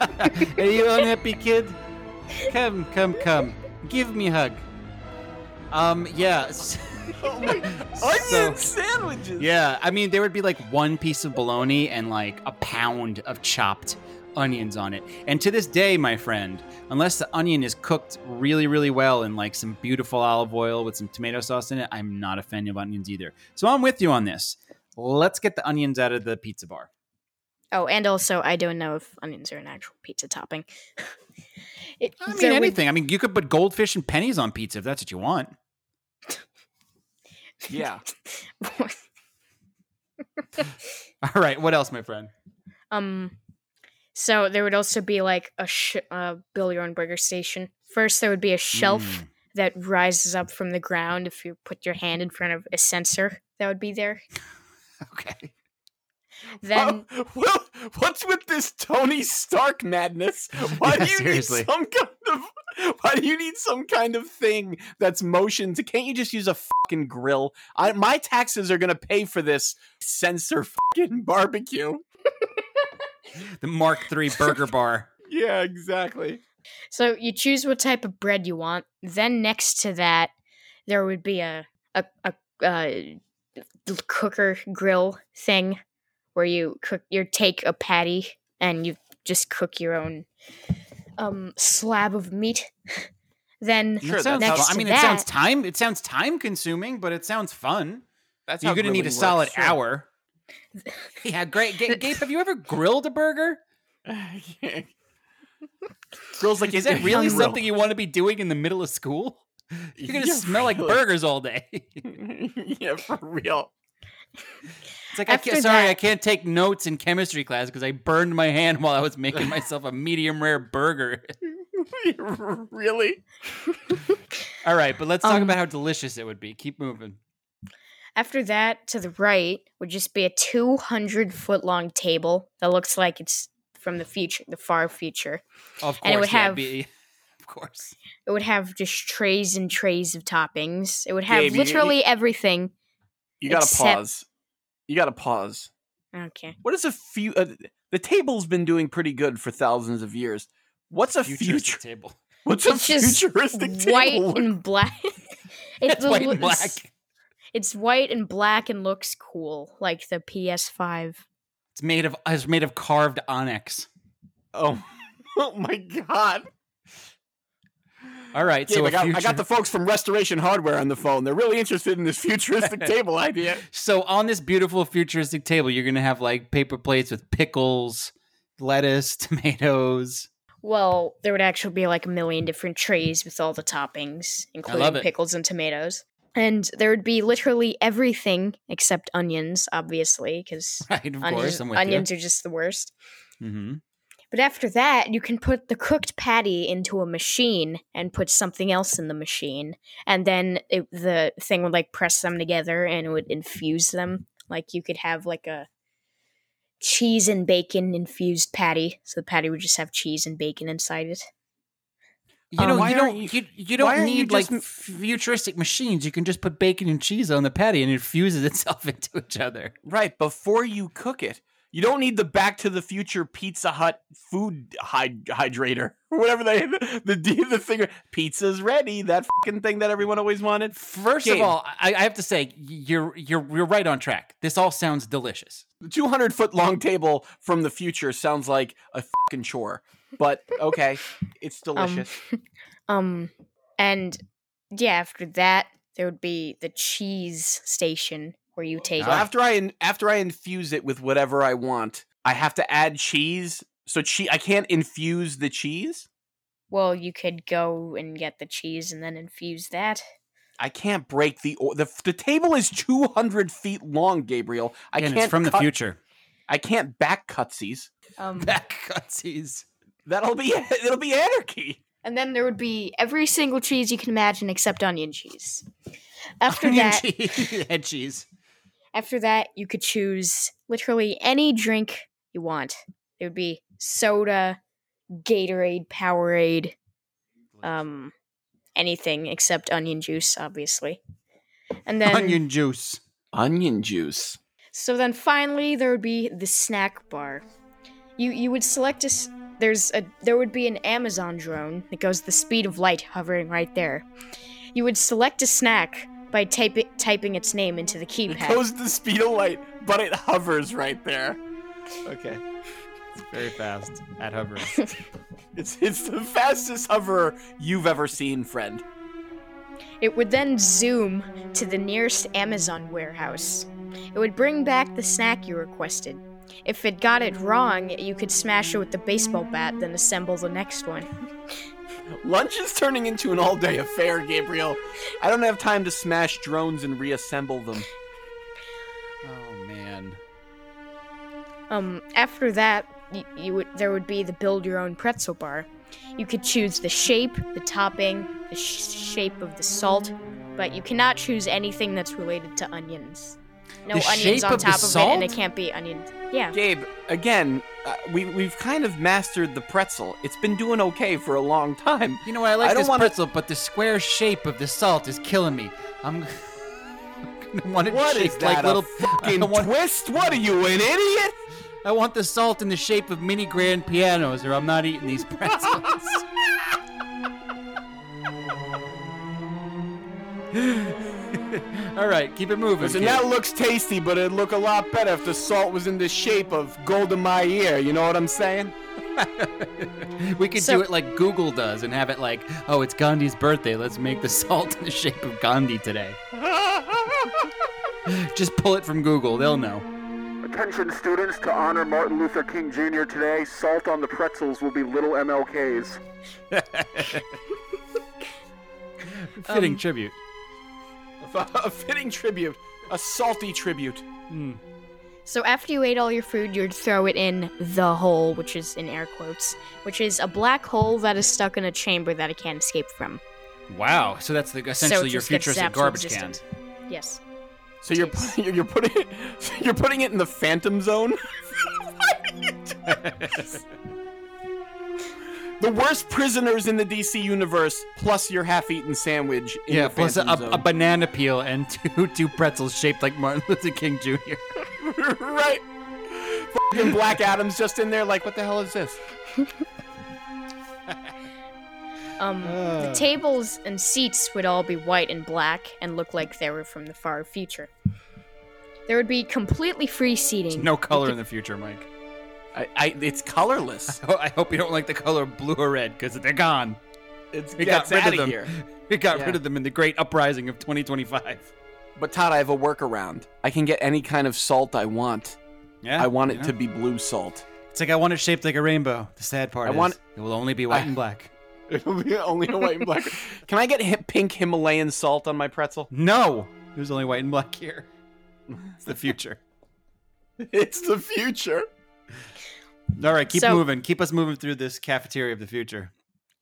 A: Are you unhappy kid? Come, come, come. Give me hug. Um, yeah. s- So-
C: sandwiches.
A: Yeah, I mean, there would be like one piece of bologna and like a pound of chopped onions on it. And to this day, my friend, unless the onion is cooked really, really well in like some beautiful olive oil with some tomato sauce in it, I'm not a fan of onions either. So I'm with you on this. Let's get the onions out of the pizza bar.
D: Oh, and also, I don't know if onions are an actual pizza topping. It-
A: I mean,
D: there would-
A: anything. I mean, you could put goldfish and pennies on pizza if that's what you want.
C: Yeah.
A: All right, what else, my friend?
D: Um, so there would also be like a sh- uh, build your own burger station. First, there would be a shelf
A: Mm.
D: that rises up from the ground. If you put your hand in front of a sensor, that would be there.
A: Okay. Oh,
D: Then
C: well, what's with this Tony Stark madness? Why
A: Yeah,
C: do you
A: seriously.
C: need some kind of why do you need some kind of thing that's motion? To, can't you just use a fucking grill? I, my taxes are gonna pay for this sensor fucking barbecue.
A: The Mark III burger bar.
C: Yeah, exactly.
D: So you choose what type of bread you want. Then next to that, there would be a a, a, uh cooker grill thing where you cook. You take a patty and you just cook your own um, slab of meat. then
A: That sounds
D: next
A: fun. I
D: to
A: mean,
D: that,
A: it sounds time. It sounds time consuming, but it sounds fun.
C: That's
A: You're
C: how
A: going to need a solid
C: grilling works, sure.
A: hour. yeah, great. Ga- Gabe, have you ever grilled a burger?
C: Grill's like,
A: Is that really
C: grill.
A: something you want to be doing in the middle of school? You're going to
C: Yeah,
A: smell like
C: really.
A: burgers all day. it's
C: yeah, for real.
A: like, I
D: After
A: can't, sorry,
D: that-
A: I can't take notes in chemistry class because I burned my hand while I was making myself a medium rare burger.
C: really?
A: all right, but let's talk
D: Um,
A: about how delicious it would be. Keep moving.
D: After that, to the right would just be a 200 foot long table that looks like it's from the future, the far future.
A: Of course,
D: and it would
A: yeah, it'd
D: have-
A: be- of course.
D: It would have just trays and trays of toppings. It would have
C: Gabe, you- you-
D: literally everything.
C: You gotta
D: Except-
C: pause. You gotta pause.
D: Okay.
C: What is a few? Uh, the table's been doing pretty good for thousands of years. What's a future?
A: Futuristic table.
C: What's a
D: It's just
C: futuristic
D: white
C: table? look-
D: and black.
A: It's white and
D: looks-
A: black.
D: It's white and black and looks cool, like the PS5.
A: It's made of it's made of carved onyx.
C: oh, oh my god!
A: All right,
C: Gabe,
A: so
C: I,
A: a
C: got,
A: future,
C: I got the folks from Restoration Hardware on the phone. They're really interested in this futuristic table idea.
A: so on this beautiful futuristic table, you're gonna have like paper plates with pickles, lettuce, tomatoes.
D: Well, there would actually be like a million different trays with all the toppings,
A: love
D: including
A: it.
D: pickles and tomatoes. And there would be literally everything except onions, obviously, because
A: Right, of
D: onions,
A: course, I'm with
D: onions are just the worst.
A: you. hmm
D: But But after that, you can put the cooked patty into a machine and put something else in the machine, and then it, the thing would like press them together and it would infuse them. Like you could have like a cheese and bacon infused patty, so the patty would just have cheese and bacon inside it.
A: You know,
D: Uh, Why
A: you
D: aren't
A: don't you, you
D: why
A: don't
D: aren't you
A: need
D: just
A: like futuristic machines. You can just put bacon and cheese on the patty and it fuses itself into each other.
C: Right, before you cook it. You don't need the Back to the Future Pizza Hut food hyd- hydrator or whatever they the the, the thing pizza's ready that fucking thing that everyone always wanted.
A: First of all, I, I have to say you're you're you're right on track. This all sounds delicious.
C: the 200 foot long table from the future sounds like a fucking chore, but okay, it's
A: Um,
C: delicious.
D: Um, and yeah, after that, there would be the cheese station where you take
A: ah.
C: So after I in, after I infuse it with whatever I want, I have to add cheese. So che- I can't infuse the cheese.
D: Well, you could go and get the cheese and then infuse that.
C: I can't break the or- the f- the table is 200 feet long, Gabriel. I
A: And
C: can't
A: it's from the
C: cut-
A: future.
C: I can't back cutsies.
D: Um,
A: back cutsies.
C: That'll be it'll be anarchy.
D: And then there would be every single cheese you can imagine except onion cheese. After
A: Onion
D: that,
A: cheese, head cheese.
D: after that, you could choose literally any drink you want. There would be soda, Gatorade, Powerade, um, anything except onion juice, obviously. And then
A: Onion juice.
C: Onion juice.
D: So then finally there would be the snack bar. You you would select a s- there's a there would be an Amazon drone that goes the speed of light hovering right there. You would select a snack by type typing its name into the keypad.
C: Goes the speed of light, but it hovers right there. Okay.
A: It's very fast at hovering.
C: It's it's the fastest hover you've ever seen, friend.
D: It would then zoom to the nearest Amazon warehouse. It would bring back the snack you requested. If it got it wrong, you could smash it with the baseball bat, then assemble the next one.
C: Lunch is turning into an all-day affair, Gabriel. I don't have time to smash drones and reassemble them.
A: Oh man.
D: Um, after that, you, you would there would be the build your own pretzel bar. You could choose the shape, the topping, the sh- shape of the salt, but you cannot choose anything that's related to onions. No
C: The
D: onions
C: shape
D: on
C: of the
D: top of, it,
C: salt?
D: and it can't be onion. Yeah.
C: Gabe, again, uh, we we've kind of mastered the pretzel. It's been doing okay for a long time.
A: You know what? I like
C: don't
A: this
C: wanna-
A: pretzel, but the square shape of the salt is killing me. I'm, I'm gonna want it
C: What
A: shaped
C: is
A: like
C: that, a
A: little
C: fucking twist? What are you, an idiot?
A: I want the salt in the shape of mini grand pianos, or I'm not eating these pretzels. All right, keep it moving.
C: Listen,
A: kid.
C: that looks tasty, but it'd look a lot better if the salt was in the shape of gold in my ear. You know what I'm saying?
A: we could
C: So-
A: do it like Google does and have it like, oh, it's Gandhi's birthday. Let's make the salt in the shape of Gandhi today. Just pull it from Google; they'll know.
B: Attention students, to honor Martin Luther King Jr. today, salt on the pretzels will be little MLKs.
A: Fitting
C: Um,
A: tribute.
C: A, a fitting tribute, a salty tribute.
D: So after you ate all your food, you'd throw it in the hole, which is in air quotes, which is a black hole that is stuck in a chamber that it can't escape from.
A: Wow. So that's the, essentially
D: it
A: your
D: just gets
A: futuristic
D: zapped to
A: garbage can.
D: existence. Yes.
C: So you're putting, you're putting it, you're putting it in the phantom zone. the worst prisoners in the DC universe, plus your half-eaten sandwich. In
A: Yeah,
C: the
A: plus a,
C: phantom
A: a banana peel and two two pretzels shaped like Martin Luther King Jr.
C: zone. right. Fucking Black Adam's just in there, like, what the hell is this?
D: Um, the
C: Ah.
D: tables and seats would all be white and black and look like they were from the far future. There would be completely free seating.
A: No color in the future, Mike.
C: I, I it's colorless.
A: Oh, I, hope you don't like the color blue or red because they're gone.
C: It's
A: we
C: yeah,
A: got
C: it's
A: rid of
C: outta
A: them.
C: here.
A: We got
C: Yeah.
A: rid of them in the great uprising of 2025.
C: But Todd, I have a workaround. I can get any kind of salt I want.
A: Yeah,
C: I want it
A: you know.
C: to be blue salt.
A: It's like I want it shaped like a rainbow. The sad part
C: I
A: is
C: want-
A: it will only be white
C: I-
A: and black.
C: It'll be only a white and black. Can I get hi- pink Himalayan salt on my pretzel?
A: No, there's only white and black here. It's the future.
C: It's the future.
A: All right, keep
D: So-
A: moving. Keep us moving through this cafeteria of the future.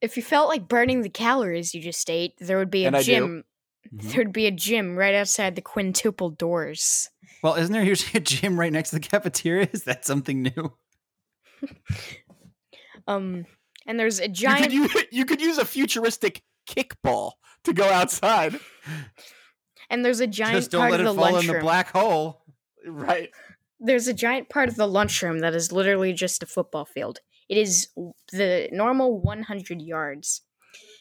D: If you felt like burning the calories you just ate, there would be a
A: And I do.
D: gym.
C: Mm-hmm.
A: Mhm.
D: There'd be a gym right outside the quintuple doors.
A: Well, isn't there usually a gym right next to the cafeteria? Is that something new?
D: Um, and there's a
C: You
D: giant.
C: could, use, you could use a futuristic kickball to go outside.
D: and there's a giant
C: Just don't
D: part
C: let
D: of
C: it
D: the
C: fall in the
D: lunchroom.
A: black hole.
C: Right.
D: There's a giant part of the lunchroom that is literally just a football field. It is w- the normal 100 yards.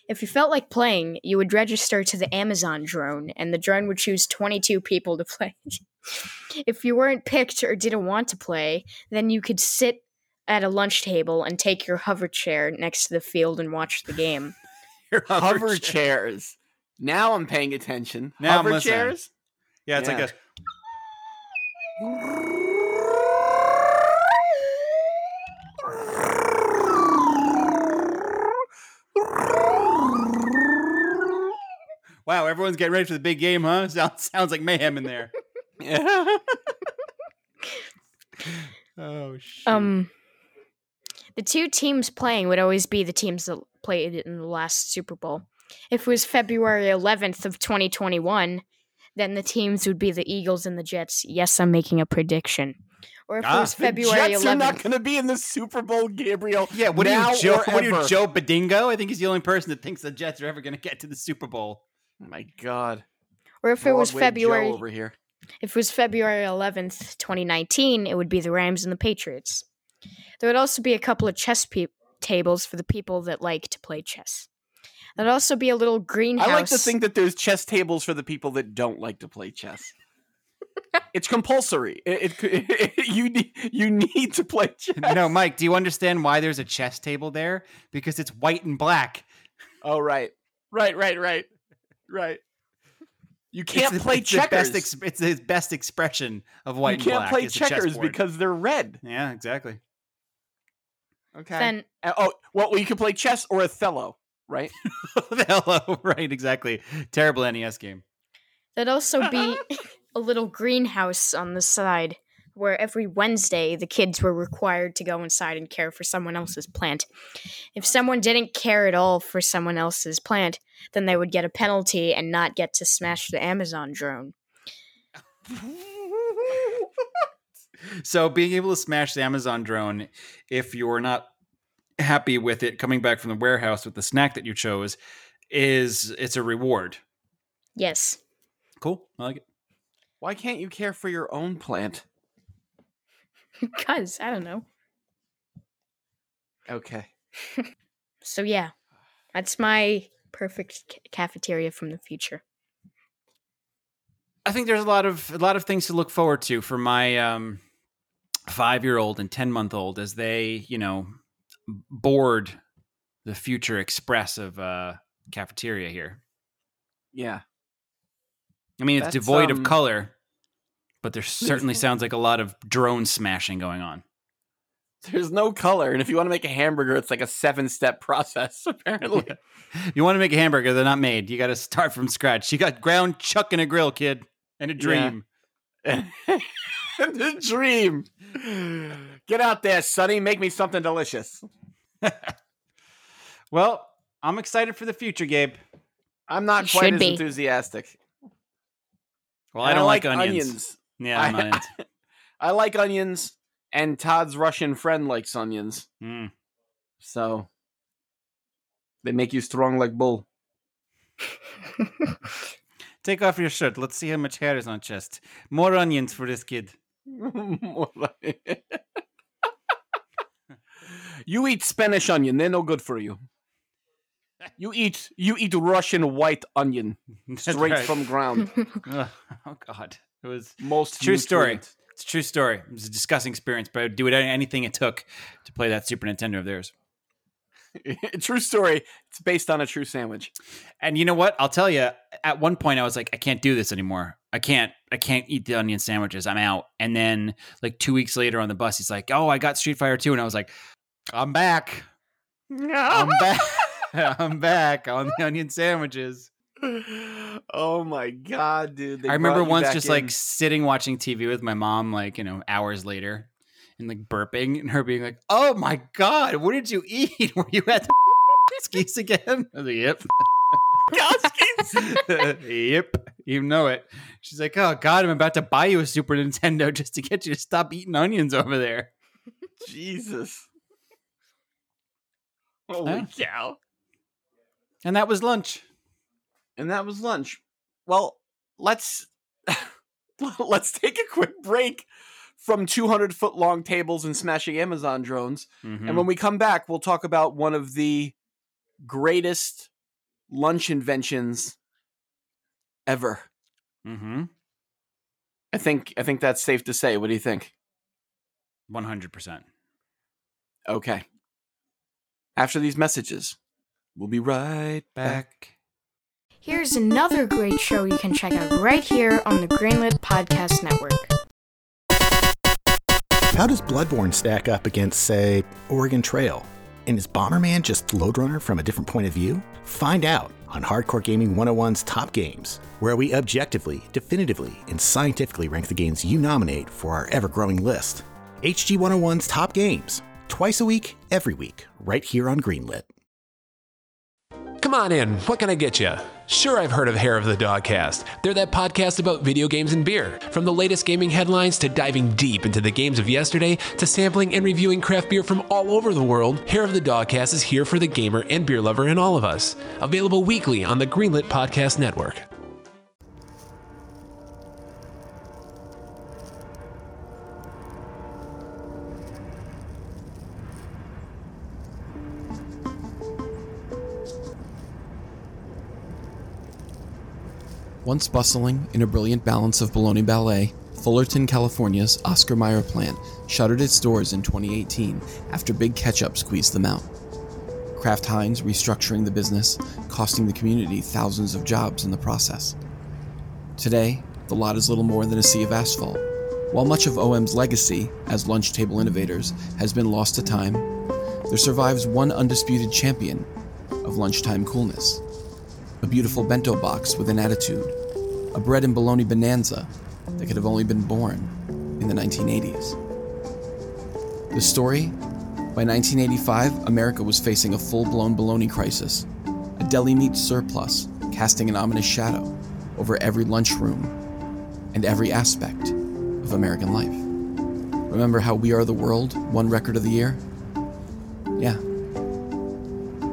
D: If you felt like playing, you would register to the Amazon drone, and the drone would choose 22 people to play. if you weren't picked or didn't want to play, then you could sit at a lunch table and take your hover chair next to the field and watch the game.
C: hover, chairs. Now I'm paying attention.
A: Now I'm
C: hover
A: listening.
C: chairs.
A: Yeah, it's
C: Yeah.
A: like a. Wow, everyone's getting ready for the big game, huh? Sounds sounds like mayhem in there. oh shit.
D: Um, the two teams playing would always be the teams that played in the last Super Bowl. If it was February 11th of 2021, then the teams would be the Eagles and the Jets. Yes, I'm making a prediction. Or if it was
C: Ah, the
D: February
C: Jets are
D: 11th,
C: not going to be in the Super Bowl, Gabriel.
A: Yeah, what
C: now
A: are you, Joe?
C: or
A: What are you,
C: ever.
A: Joe Badingo? I think he's the only person that thinks the Jets are ever going to get to the Super Bowl.
C: Oh My God.
D: or if it was
C: Broadway Joe
D: February,
C: over here.
D: if it was February 11th, 2019, it would be the Rams and the Patriots. There would also be a couple of chess pe- tables for the people that like to play chess. There'd also be a little greenhouse.
C: I like to think that there's chess tables for the people that don't like to play chess. it's compulsory. It, it, you need you need to play chess.
A: No, Mike, do you understand why there's a chess table there? Because it's white and black.
C: Oh right, right, right, right, right. You
A: It's
C: can't
A: the-
C: play
A: it's the
C: checkers.
A: best ex- it's his best expression of white.
C: you can't
A: and black
C: play
A: is the chess
C: checkers
A: board.
C: because they're red.
A: yeah, exactly.
C: Okay.
D: Then-
C: Uh, oh well, well, you can play chess or Othello, right?
A: Hello, oh, right? Exactly. Terrible NES game.
D: There'd also be a little greenhouse on the side where every Wednesday the kids were required to go inside and care for someone else's plant. If someone didn't care at all for someone else's plant, then they would get a penalty and not get to smash the Amazon drone.
A: So being able to smash the Amazon drone if you're not happy with it coming back from the warehouse with the snack that you chose is it's a reward.
D: Yes.
A: Cool. I like it.
C: Why can't you care for your own plant?
D: Because, I don't know.
C: Okay.
D: So, yeah, that's my perfect ca- cafeteria from the future.
A: I think there's a lot of a lot of things to look forward to for my um, five year old and ten month old as they you know board the future express of uh, cafeteria here.
C: Yeah.
A: I mean, it's
C: That's,
A: devoid
C: um,
A: of color, but there certainly sounds like a lot of drone smashing going on.
C: There's no color, and if you want to make a hamburger, it's like a seven-step process. Apparently,
A: You want to make a hamburger, they're not made. You got to start from scratch. You got ground chuck and a grill, kid, and a dream.
C: the dream. Get out there, Sonny. Make me something delicious.
A: Well, I'm excited for the future, Gabe.
C: I'm not
A: You
C: quite
A: should
C: as
A: be.
C: enthusiastic.
A: Well, I
C: And
A: don't, like, onions.
C: onions.
A: Yeah,
C: I-
A: I'm not into-
C: I like onions, and Todd's Russian friend likes onions.
A: Hmm.
C: So they make you strong like bull.
A: Take off your shirt. Let's see how much hair is on chest. More onions for this kid.
C: More like- you eat Spanish onion; they're no good for you. You eat you eat Russian white onion straight
A: right.
C: from ground.
A: Ugh, oh God, it was
C: most
A: true story.
C: nutrient.
A: It's a true story. It was a disgusting experience, but I would do it anything it took to play that Super Nintendo of theirs.
C: true story. It's based on a true sandwich.
A: And you know what? I'll tell you. At one point, I was like, I can't do this anymore. I can't. I can't eat the onion sandwiches. I'm out. And then, like two weeks later, on the bus, he's like, "Oh, I got Street Fighter 2. and I was like, "I'm back. I'm back. I'm back on the onion sandwiches."
C: Oh my god, dude! they
A: I remember
C: brought you
A: once
C: back
A: just
C: in.
A: like sitting watching TV with my mom, like, you know, hours later. and like burping and her being like, "Oh my god, what did you eat? Were you at the skis again?" I was like, "Yep." yep, you know it. She's like, "Oh god, I'm about to buy you a Super Nintendo just to get you to stop eating onions over there."
K: Jesus. Holy
A: Yeah.
K: cow.
A: And that was lunch.
K: And that was lunch. Well, let's let's take a quick break from 200 foot long tables and smashing Amazon drones.
C: Mm-hmm. Mm.
K: And when we come back, we'll talk about one of the greatest lunch inventions ever.
A: Mm-hmm.
K: I think I think that's safe to say. What do you think?
A: One hundred percent.
K: Okay. After these messages, we'll be right back.
L: Here's another great show you can check out right here on the Greenlit Podcast Network.
M: How does Bloodborne stack up against, say, Oregon Trail? And is Bomberman just Loadrunner from a different point of view? Find out on Hardcore Gaming 101's Top Games, where we objectively, definitively, and scientifically rank the games you nominate for our ever growing list. HG 101's Top Games, twice a week, every week, right here on Greenlit.
N: Come on in. What can I get you? Sure, I've heard of Hair of the Dogcast. They're that podcast about video games and beer. From the latest gaming headlines to diving deep into the games of yesterday to sampling and reviewing craft beer from all over the world, Hair of the Dogcast is here for the gamer and beer lover in all of us. Available weekly on the Greenlit Podcast Network.
C: Once bustling in a brilliant balance of Bologna Ballet, Fullerton, California's Oscar Mayer plant shuttered its doors in 2018 after Big Ketchup squeezed them out. Kraft Heinz restructuring the business, costing the community thousands of jobs in the process. Today, the lot is little more than a sea of asphalt. While much of OM's legacy as lunch table innovators has been lost to time, there survives one undisputed champion of lunchtime coolness a beautiful bento box with an attitude, a bread and bologna bonanza that could have only been born in the 1980s. The story? By 1985, America was facing a full blown bologna crisis, a deli meat surplus casting an ominous shadow over every lunchroom and every aspect of American life. Remember how We Are the World won Record of the Year? Yeah,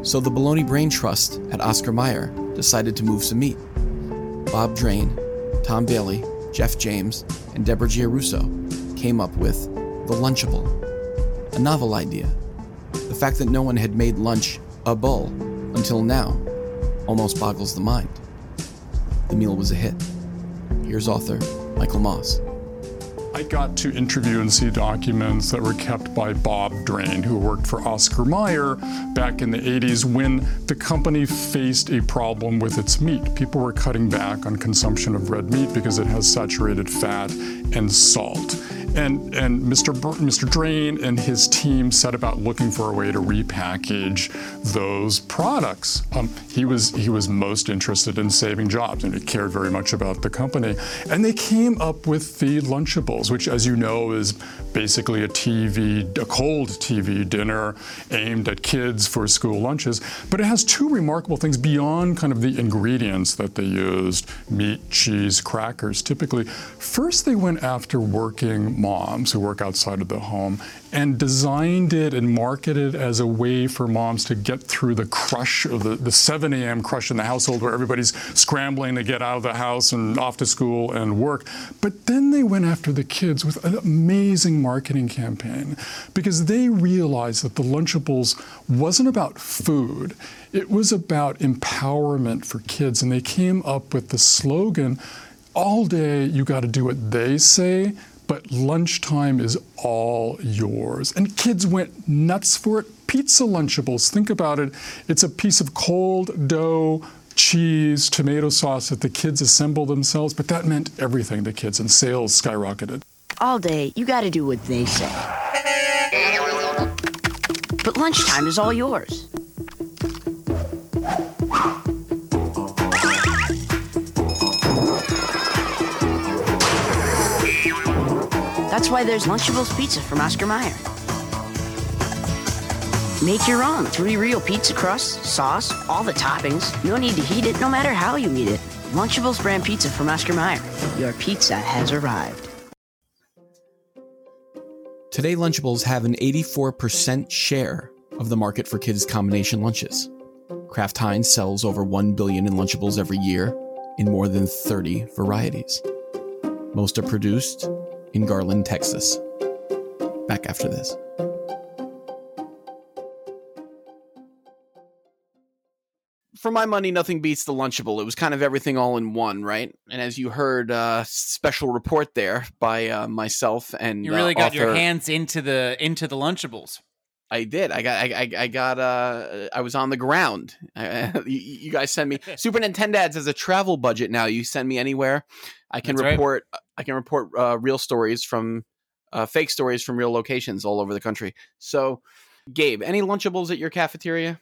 C: so the Bologna Brain Trust at Oscar Mayer decided to move some meat. Bob Drain, Tom Bailey, Jeff James, and Deborah Giarusso came up with The Lunchable, a novel idea. The fact that no one had made lunch a bull until now almost boggles the mind. The meal was a hit. Here's author Michael Moss.
O: I got to interview and see documents that were kept by Bob Drain, who worked for Oscar Mayer back in the 80s when the company faced a problem with its meat. People were cutting back on consumption of red meat because it has saturated fat and salt. And, and Mr. Br- Mr. Drain and his team set about looking for a way to repackage those products. Um, he was he was most interested in saving jobs, and he cared very much about the company. And they came up with the Lunchables, which, as you know, is basically a TV, a cold TV dinner aimed at kids for school lunches. But it has two remarkable things beyond kind of the ingredients that they used: meat, cheese, crackers. Typically, first they went after working moms who work outside of the home and designed it and marketed it as a way for moms to get through the crush of the, the 7 a.m. crush in the household where everybody's scrambling to get out of the house and off to school and work. But then they went after the kids with an amazing marketing campaign because they realized that the Lunchables wasn't about food. It was about empowerment for kids. And they came up with the slogan all day you got to do what they say, but lunchtime is all yours. And kids went nuts for it. Pizza Lunchables, think about it. It's a piece of cold dough, cheese, tomato sauce that the kids assemble themselves, but that meant everything to kids, and sales skyrocketed.
P: All day, you gotta do what they say. But lunchtime is all yours. That's That's why there's Lunchables pizza from Oscar Mayer. Make your own. Three real pizza crusts, sauce, all the toppings. No need to heat it, no matter how you eat it. Lunchables brand pizza from Oscar Mayer. Your pizza has arrived.
Q: Today, Lunchables have an 84% share of the market for kids' combination lunches. Kraft Heinz sells over 1 billion in Lunchables every year in more than 30 varieties. Most are produced in Garland, Texas. Back after this.
C: for my money, nothing beats the Lunchable. It was kind of everything all in one, right? And as you heard, uh, special report there by uh, myself and
A: You
C: uh,
A: really got your
C: author-
A: hands into the into the Lunchables.
C: I did. I got. I, I, I got. Uh, I was on the ground. I, you, you guys send me Super Nintendo ads as a travel budget now. You send me anywhere. I can
K: That's right.
C: report. I can report uh, real stories from uh, fake stories from real locations all over the country. So, Gabe, any Lunchables at your cafeteria?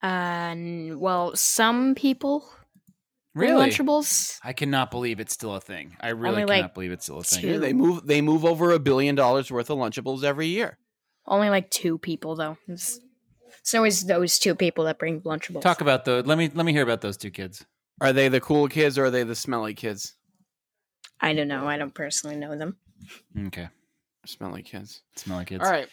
D: Uh, n- well, some people were
A: Really?
D: Lunchables.
A: I cannot believe it's still a thing. I really
D: Only,
A: cannot
D: like,
A: believe it's still a
D: two.
A: thing.
C: Yeah, they move. They move over a billion dollars worth of Lunchables every year.
D: Only like two people though. It's, it's always those two people that bring Lunchables.
A: Talk about the. Let me let me hear about those two kids.
C: Are they the cool kids or are they the smelly kids?
D: I don't know. I don't personally know them.
A: Okay.
C: Smelly kids.
A: Smelly kids.
C: All right.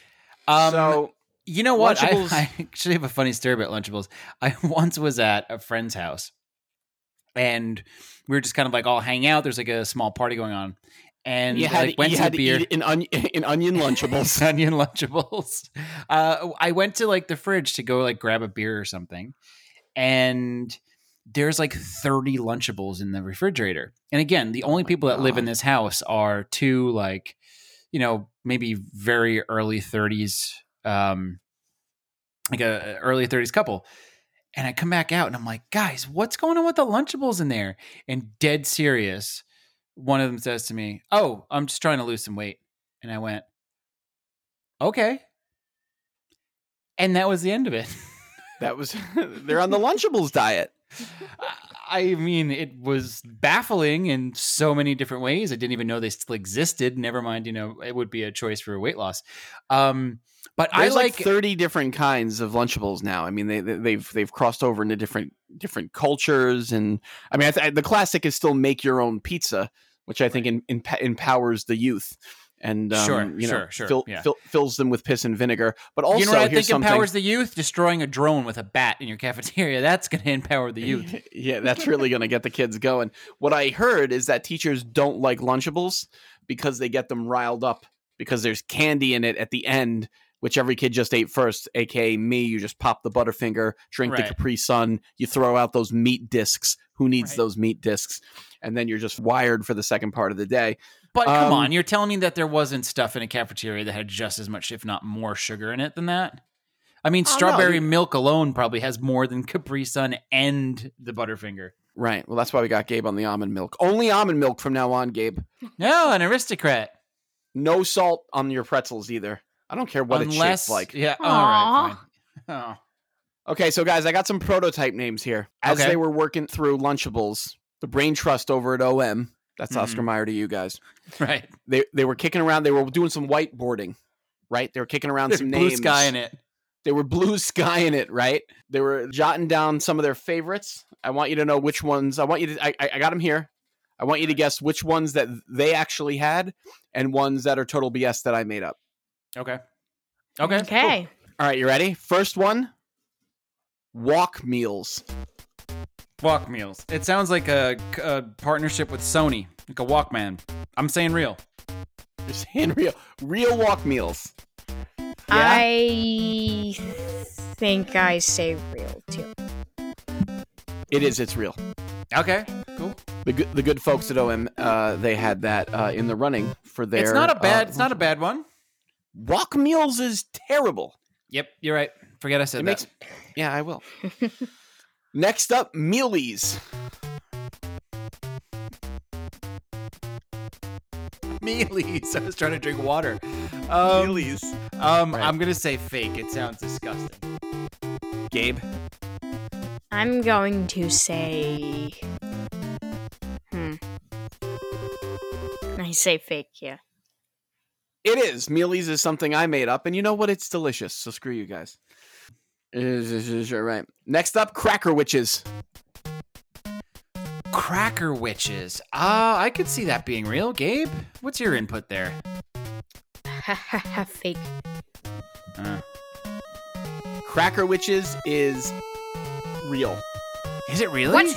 A: Um,
C: So,
A: you know what? I,
C: Lunchables-
A: I actually have a funny story about Lunchables. I once was at a friend's house, and we were just kind of like all hang out. There's like a small party going on, and
C: you had,
A: like went
C: you
A: to
C: had
A: the
C: to
A: beer.
C: eat an, on, an onion lunchables.
A: onion lunchables. Uh, I went to like the fridge to go like grab a beer or something, and there's like 30 lunchables in the refrigerator. And again, the only people that live in this house are two like, you know, maybe very early 30s, um, like a a early 30s couple. And I come back out and I'm like, guys, what's going on with the lunchables in there? And dead serious, one of them says to me, "Oh, I'm just trying to lose some weight." And I went, okay. And that was the end of it.
C: that was they're on the Lunchables diet.
A: I mean, it was baffling in so many different ways. I didn't even know they still existed. Never mind, you know, it would be a choice for weight loss. Um, but
C: There's
A: I
C: like,
A: like,
C: thirty different kinds of Lunchables now. I mean, they, they they've they've crossed over into different different cultures, and I mean, I th- the classic is still make your own pizza, which I think in, in, empowers the youth. And um,
A: Sure,
C: you know,
A: sure, sure,
C: fill-
A: yeah.
C: fill- fills them with piss and vinegar. But also,
A: you know what I
C: here's
A: think
C: something.
A: empowers the youth? Destroying a drone with a bat in your cafeteria. That's going to empower the youth.
C: yeah, that's really going to get the kids going. What I heard is that teachers don't like Lunchables because they get them riled up because there's candy in it at the end, which every kid just ate first, aka me. You just pop the Butterfinger, drink the
K: Right.
C: Capri Sun, you throw out those meat discs. Who needs those meat discs? And then you're just wired for the second part of the day.
A: But come
C: Um,
A: on, you're telling me that there wasn't stuff in a cafeteria that had just as much, if not more, sugar in it than that? I mean,
C: Oh, no,
A: strawberry
C: you-
A: milk alone probably has more than Capri Sun and the Butterfinger.
C: Right. Well, that's why we got Gabe on the almond milk. Only almond milk from now on, Gabe.
A: No, an aristocrat.
C: No salt on your pretzels either. I don't care what it's
A: Unless-
C: shaped like.
A: yeah, all right, Aw. Oh.
C: Okay, so guys, I got some prototype names here. As
A: Okay.
C: they were working through Lunchables, the brain trust over at OM, that's
A: Mhm.
C: Oscar Meyer to you guys.
A: Right.
C: They they were kicking around, they were doing some whiteboarding, right? They were kicking around
A: There's
C: some
A: blue
C: names.
A: sky in it.
C: They were blue sky in it, right? They were jotting down some of their favorites. I want you to know which ones. I want you to. I, I I got them here. I want you to guess which ones that they actually had, and ones that are total BS that I made up.
A: Okay. Okay.
D: Okay.
C: All right, you ready? First one. Walk meals.
A: Walk meals. It sounds like a, a partnership with Sony, like a Walkman. I'm saying real.
C: You're saying real. Real walk meals.
D: I think I say real too.
C: It is. It's real.
A: Okay. Cool.
C: The good, the good folks at OM, uh, they had that uh, in the running for their.
A: it's not a bad.
C: uh,
A: it's not a bad one.
C: walk meals is terrible.
A: Yep. You're right. Forget I said
C: It
A: that.
C: makes- Yeah, I will. Next up, Mealies.
A: Mealies. I was trying to drink water. Um,
K: Mealies.
A: Um, I'm gonna say fake. It sounds disgusting.
C: Gabe.
D: I'm going to say. Hmm. I say fake, yeah.
C: It is. Mealy's is something I made up, and you know what? It's delicious. So screw you guys. Is- is- is- You're right. Next up, Cracker Witches.
A: Cracker witches. Ah, I could see that being real. Gabe, what's your input there?
D: Fake.
A: Uh,
C: Cracker Witches is real.
A: Is it really?
C: What?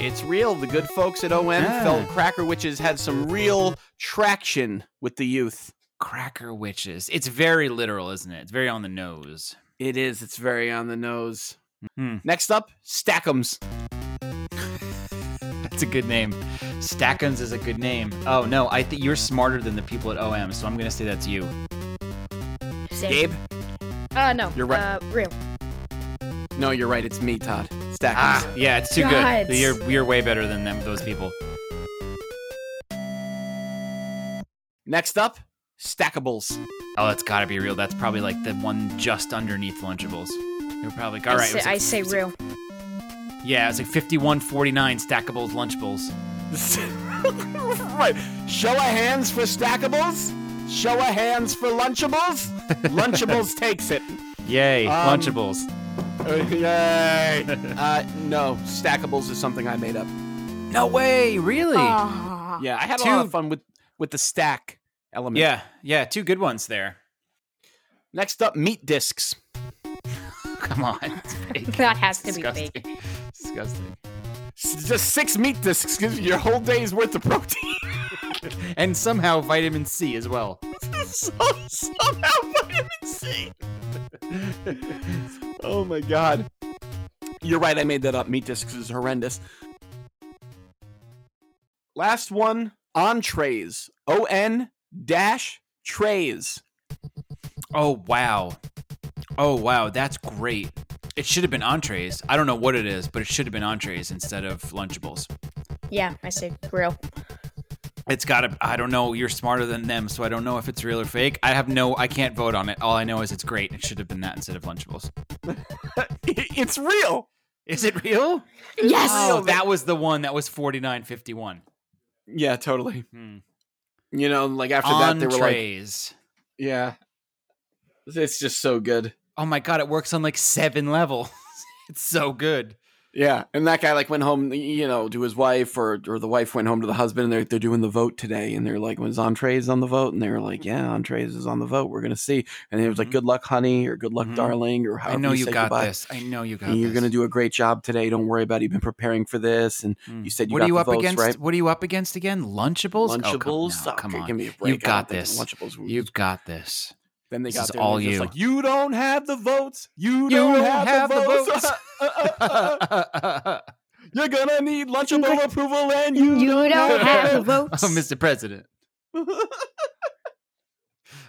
C: It's real. The good folks at OM
A: Ah.
C: felt Cracker Witches had some real traction with the youth.
A: Cracker witches. It's very literal, isn't it? It's very on the nose.
C: It is. It's very on the nose. Next up, Stackums.
A: That's a good name. Stackums is a good name. Oh no, I think you're smarter than the people at OM, so I'm gonna say that's you.
D: Same.
A: Gabe?
D: Uh, no.
A: You're right.
D: Uh, real.
C: No, you're right. It's me, Todd. Stackums.
A: Ah, yeah, it's too
D: God.
A: good. You're you're way better than them, those people.
C: Next up, Stackables.
A: Oh, that's gotta be real. That's probably like the one just underneath Lunchables. They're probably like, all
D: I
A: right. it
D: say,
A: was like,
D: I say real.
A: yeah, it's like 5149 Stackables Lunchables.
C: right. Show of hands for Stackables. Show of hands for Lunchables. Lunchables takes it.
A: Yay,
C: Um,
A: Lunchables.
C: Uh, yay. Uh, no, Stackables is something I made up.
A: No way, really?
C: Yeah, I had a lot of fun with with the stack element.
A: Yeah, yeah, two good ones there.
C: Next up, meat discs.
A: Come on. it's fake.
D: That has to be
A: Disgusting.
D: fake.
A: Disgusting.
C: S- Just six meat discs gives you your whole day's worth of protein.
A: And somehow vitamin C as well.
C: so, somehow vitamin C. oh my god. You're right, I made that up. Meat discs is horrendous. Last one, entrees. O N dash trays.
A: Oh wow. Oh wow, that's great. It should have been entrees. I don't know what it is, but it should have been entrees instead of lunchables.
D: Yeah, I say real.
A: It's got to I don't know, you're smarter than them, so I don't know if it's real or fake. I have no I can't vote on it. All I know is it's great. It should have been that instead of lunchables.
C: it's real.
A: Is it real?
D: Yes.
A: Oh, that was the one that was 4951.
C: Yeah, totally.
A: Hmm.
C: You know, like after that, they were like,
A: Entrees.
C: yeah. It's just so good.
A: Oh my god, it works on like 7 levels. it's so good.
C: Yeah, and that guy like went home, you know, to his wife, or or the wife went home to the husband, and they're they're doing the vote today, and they're like, "Was entrees on the vote?" And they were like,
A: Mm-hmm.
C: "Yeah, entrees is on the vote. We're gonna see." And it was like, "Good luck, honey," or "Good luck,
A: Mhm.
C: darling," or
A: Mm-hmm. I
C: however
A: know you
C: say
A: got
C: goodbye.
A: this. I know you got
C: And you're
A: this.
C: gonna do a great job today. Don't worry about it. You've been preparing for this, and you said you
A: Mm. what
C: got
A: are you
C: the
A: up
C: votes,
A: against?
C: right?
A: What are you up against again? Lunchables.
C: Lunchables?
A: Oh, come, no,
C: Oh,
A: come
C: okay,
A: on.
C: give me a break.
A: You've
C: I don't
A: got
C: think
A: this.
C: Lunchables was-
A: You've got this.
C: Then they
A: This
C: got
A: is
C: there and
A: all
C: they're just
A: you.
C: like, "You don't have the votes. You,
A: You
C: don't,
A: don't
C: have,
A: have
C: the
A: the
C: votes.
A: votes."
C: Uh, uh, uh, uh, uh. You're gonna need lunchable approval, and you,
A: don't have the
D: votes.
A: Oh, Mr. President.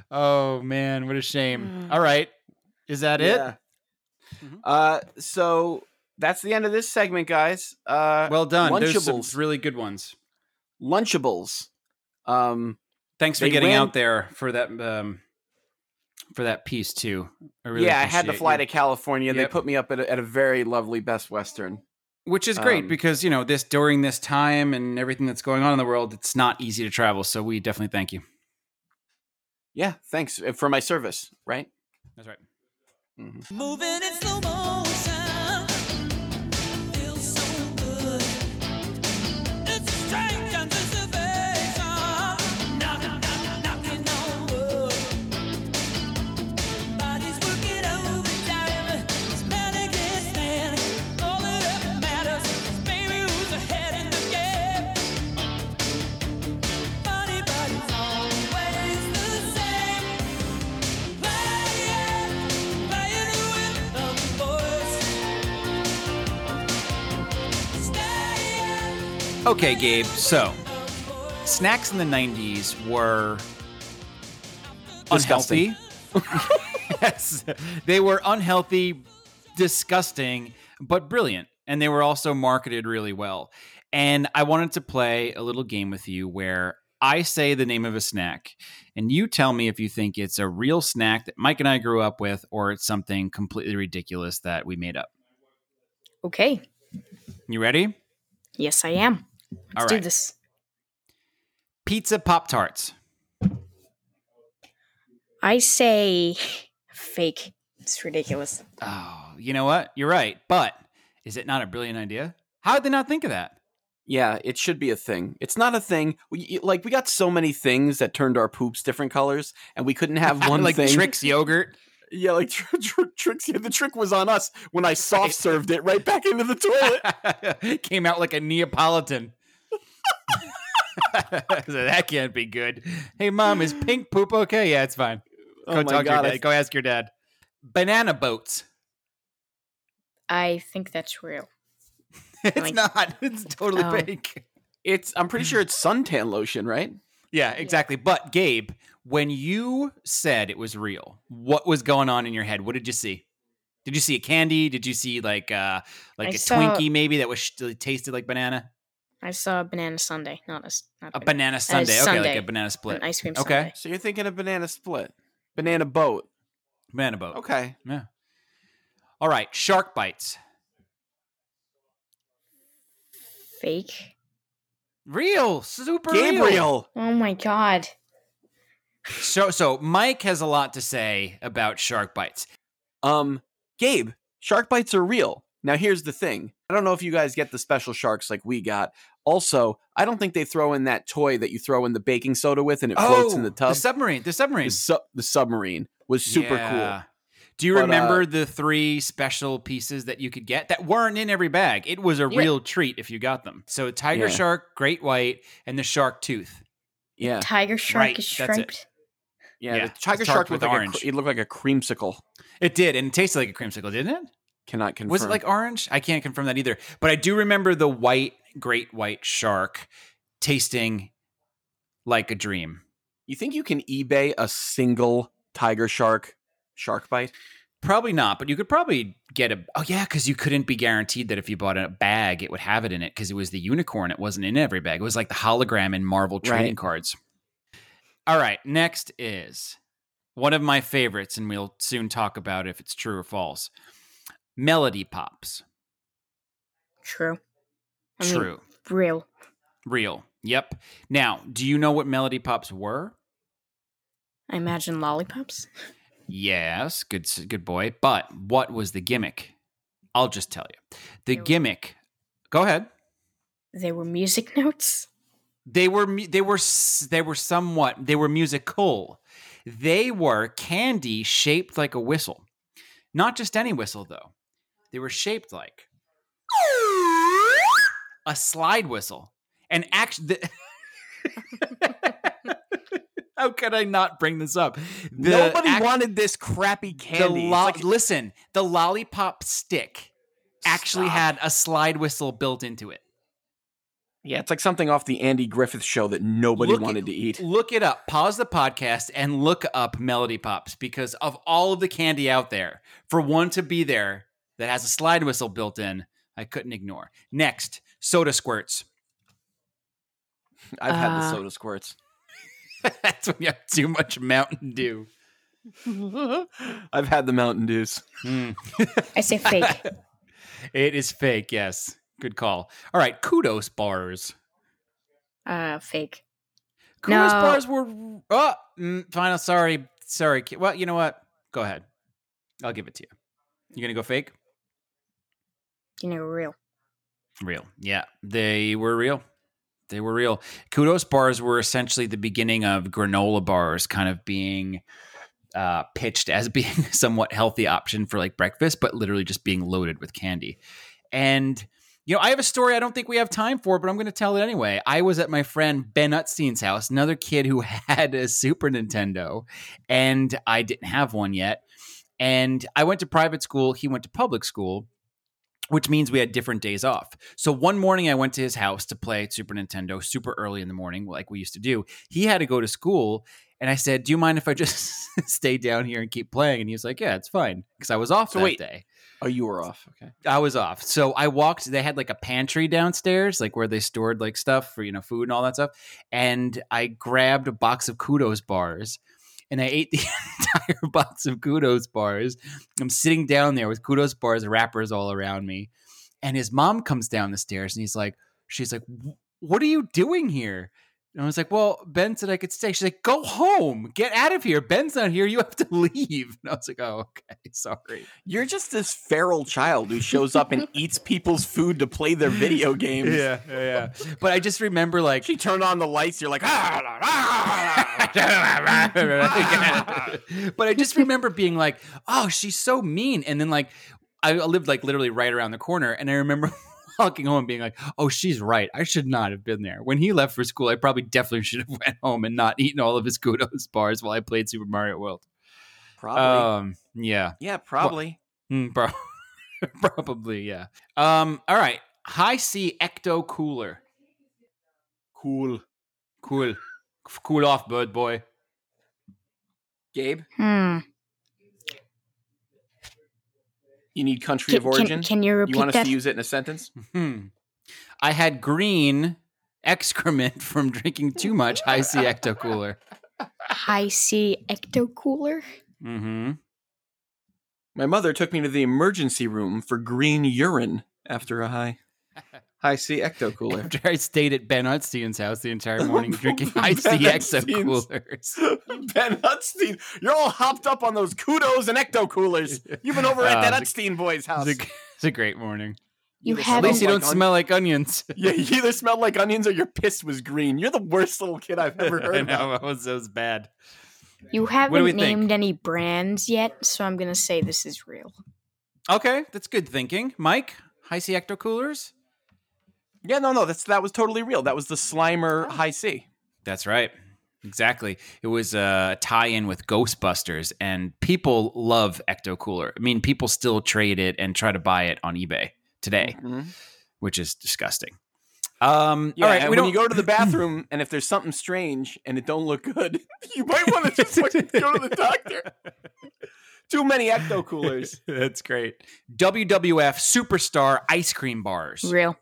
A: oh man, what a shame. All right, is that it? Mm-hmm.
C: Uh, so that's the end of this segment, guys. Uh,
A: Well done. There's some
C: Lunchables.
A: really good ones.
C: Lunchables. Um,
A: Thanks for
C: They
A: getting
C: ran-
A: out there for that um, for that piece too. I really
C: yeah, I had to
A: appreciate
C: fly
A: you.
C: to California. They
A: Yep.
C: put me up at a, at a very lovely Best Western.
A: which is great
C: Um,
A: because you know this during this time and everything that's going on in the world it's not easy to travel so we definitely thank you
C: Yeah, thanks uh, for my service. Right.
A: that's right
B: Moving in slow motion. Feels so good. It's strange anticipation. Knocking, knocking, knocking on wood. Body's working overtime. It's mad against man. All that matters is baby who's ahead in the game. Body, body's always the same.
A: okay gabe so snacks in the 90s were
C: Disgusting.
A: unhealthy yes they were unhealthy disgusting but brilliant and they were also marketed really well and i wanted to play a little game with you where i say the name of a snack and you tell me if you think it's a real snack that mike and i grew up with or it's something completely ridiculous that we made up
D: Okay.
A: you ready
D: Yes, I am. Let's
A: All
D: do
A: right.
D: this.
A: pizza pop tarts
D: I say fake. It's ridiculous.
A: Oh, you know what? You're right. But is it not a brilliant idea? How did they not think of that?
C: Yeah, it should be a thing. It's not a thing. We, y- like we got so many things that turned our poops different colors, and we couldn't have one
A: Like
C: thing.
A: Trix yogurt.
C: Yeah, like tr- tr- tricks. Yeah, the trick was on us when I soft served it right back into the toilet.
A: Came out like a Neapolitan. So that can't be good. Hey, mom, is pink poop okay? Yeah, it's fine.
C: Oh
A: Go
C: my
A: talk to your
C: God, I
A: dad. Go ask your dad. Banana boats.
D: I think that's real.
A: it's not. It's totally
D: Oh.
A: fake.
C: It's. I'm pretty sure it's suntan lotion, right?
A: Yeah, exactly. But Gabe, when you said it was real, what was going on in your head? What did you see? Did you see a candy? Did you see like uh like
D: I
A: a
D: saw-
A: Twinkie maybe that was that tasted like banana?
D: I saw a banana sundae, not a s- not
A: A banana sundae. Okay, like a banana split.
D: An ice cream
A: Okay.
D: sundae.
C: So you're thinking of banana split, banana boat.
A: Banana boat.
C: Okay.
A: Yeah. All right, shark bites.
D: Fake.
A: Real, super real.
C: Gabriel.
D: Oh my god.
A: So so Mike has a lot to say about shark bites.
C: Um, Gabe, shark bites are real. Now here's the thing. I don't know if you guys get the special sharks like we got. Also, I don't think they throw in that toy that you throw in the baking soda with and it floats in the tub.
A: submarine. Oh, The submarine.
C: The, su- the submarine was super
A: Yeah.
C: cool.
A: Do you
C: But, uh,
A: remember the three special pieces that you could get that weren't in every bag? It was a
C: Yeah.
A: real treat if you got them. So tiger
C: Yeah.
A: shark, great white, and the shark tooth.
C: Yeah.
D: Tiger shark
A: Uh, Right,
D: is
A: that's it.
D: striped.
C: Yeah,
A: Yeah,
C: the tiger
A: it's
C: shark
A: tarped
C: with
A: with
C: like orange.
A: orange.
C: it looked like a creamsicle.
A: It did, and it tasted like a creamsicle, didn't it?
C: Cannot confirm.
A: Was it like orange? I can't confirm that either. But I do remember the white, great white shark tasting like a dream.
C: You think you can eBay a single tiger shark shark bite?
A: Probably not, but you could probably get a. Oh yeah, because you couldn't be guaranteed that if you bought a bag, it would have it in it because it was the unicorn. It wasn't in every bag. It was like the hologram in Marvel trading
C: Right.
A: cards. All right, next is one of my favorites, and we'll soon talk about if it's true or false. Melody pops.
D: True. I mean,
A: True.
D: real.
A: Real. Yep. Now, do you know what melody pops were?
D: I imagine lollipops.
A: Yes, good s- good boy. But what was the gimmick? I'll just tell you. The gimmick. Go ahead.
D: They were music notes.
A: They were mu- they were s- they were somewhat they were musical. They were candy shaped like a whistle. Not just any whistle though. They were shaped like a slide whistle. And actually How could I not bring this up? The
C: Nobody
A: act-
C: wanted this crappy candy.
A: The
C: It's
A: lo-
C: like-
A: listen, the lollipop stick actually had a slide whistle built into it.
C: yeah, it's like something off the Andy Griffith show that nobody
A: Look-
C: wanted to eat.
A: Look it up. Pause the podcast and look up Melody Pops because of all of the candy out there, for one to be there that has a slide whistle built in, I couldn't ignore. Next, soda squirts.
C: I've had the
A: Uh,
C: soda squirts.
A: That's when you have too much Mountain Dew.
C: I've had the Mountain Dews.
D: I say fake.
A: It is fake, yes. Good call. All right, kudos bars.
D: Uh, fake.
A: Kudos
D: No.
A: bars were. Oh, mm, final. Sorry, sorry. ki- Well, you know what? Go ahead. I'll give it to you. You gonna go fake?
D: You know, real.
A: Real. Yeah, they were real. They were real. Kudos bars were essentially the beginning of granola bars kind of being uh, pitched as being a somewhat healthy option for like breakfast, but literally just being loaded with candy. And, you know, I have a story I don't think we have time for, but I'm going to tell it anyway. I was at my friend Ben Utstein's house, another kid who had a Super Nintendo, and I didn't have one yet. And I went to private school, he went to public school which means we had different days off. So one morning I went to his house to play Super Nintendo super early in the morning, like we used to do. He had to go to school, and I said, "Do you mind if I just stay down here and keep playing?" And he was like, "Yeah, it's fine," because I was off
C: So
A: that
C: wait.
A: day.
C: Oh, you were off. Okay.
A: I was off. So I walked, they had like a pantry downstairs, like where they stored like stuff for, you know, food and all that stuff. And I grabbed a box of kudos bars and I ate the entire box of kudos bars. I'm sitting down there with kudos bars wrappers all around me. And his mom comes down the stairs and he's like, she's like, "Wh- what are you doing here? And I was like, well, Ben said I could stay. She's like, go home. Get out of here. Ben's not here. You have to leave. And I was like, oh, okay. Sorry.
C: You're just this feral child who shows up and eats people's food to play their video games.
A: Yeah, yeah, yeah. But I just remember like
C: she turned on the lights. You're like, ah, la, la." Uh,
A: but I just remember being like, oh, she's so mean. And then like I lived like literally right around the corner. And I remember walking home and being like, oh, she's right. I should not have been there. When he left for school, I probably definitely should have went home and not eaten all of his kudos bars while I played Super Mario World.
C: Probably.
A: Um, yeah.
C: yeah, probably.
A: Mm, prob- probably, yeah. Um, all right. High C Ecto Cooler. Cool. Cool. F- Cool off, bird boy.
C: Gabe,
D: Hmm.
C: you need country
D: Can-
C: of
D: can-
C: origin.
D: can you repeat
C: You want us
D: that?
C: to use it in a sentence?
A: Hmm. I had green excrement from drinking too much high C Ecto Cooler.
D: High C ecto cooler.
A: Mm-hmm.
C: My mother took me to the emergency room for green urine after a high, high C ecto cooler.
A: After I stayed at Ben Utstein's house the entire morning drinking high C Ecto Coolers.
C: ben Hutstein, you're all hopped up on those kudos and ecto coolers. You've been over at
A: Uh,
C: that
A: it's
C: Hutstein boy's house.
A: It's a, it's a great morning.
D: You
A: At
D: have
A: least you
C: like
A: don't
C: onions.
A: smell like onions.
C: yeah, you either smelled like onions or your piss was green. You're the worst little kid I've ever heard.
A: I
C: of.
A: know, that was, that was bad.
D: you
A: What do we
D: haven't
A: think?
D: named any brands yet, so I'm gonna say this is real.
A: Okay, that's good thinking. Mike, high C Ecto Coolers?
C: Yeah, no, no, that's that was totally real. That was the Slimer High C.
A: That's right. Exactly. It was a tie in with Ghostbusters, and people love Ecto Cooler. I mean, people still trade it and try to buy it on eBay today, which is disgusting. Um,
C: Mm-hmm. Yeah,
A: all right,
C: and
A: we
C: when
A: don't
C: you go to the bathroom and if there's something strange and it don't look good, you might want to just fucking go to the doctor. Too many ecto coolers.
A: That's great. WWF Superstar Ice Cream Bars.
D: Real.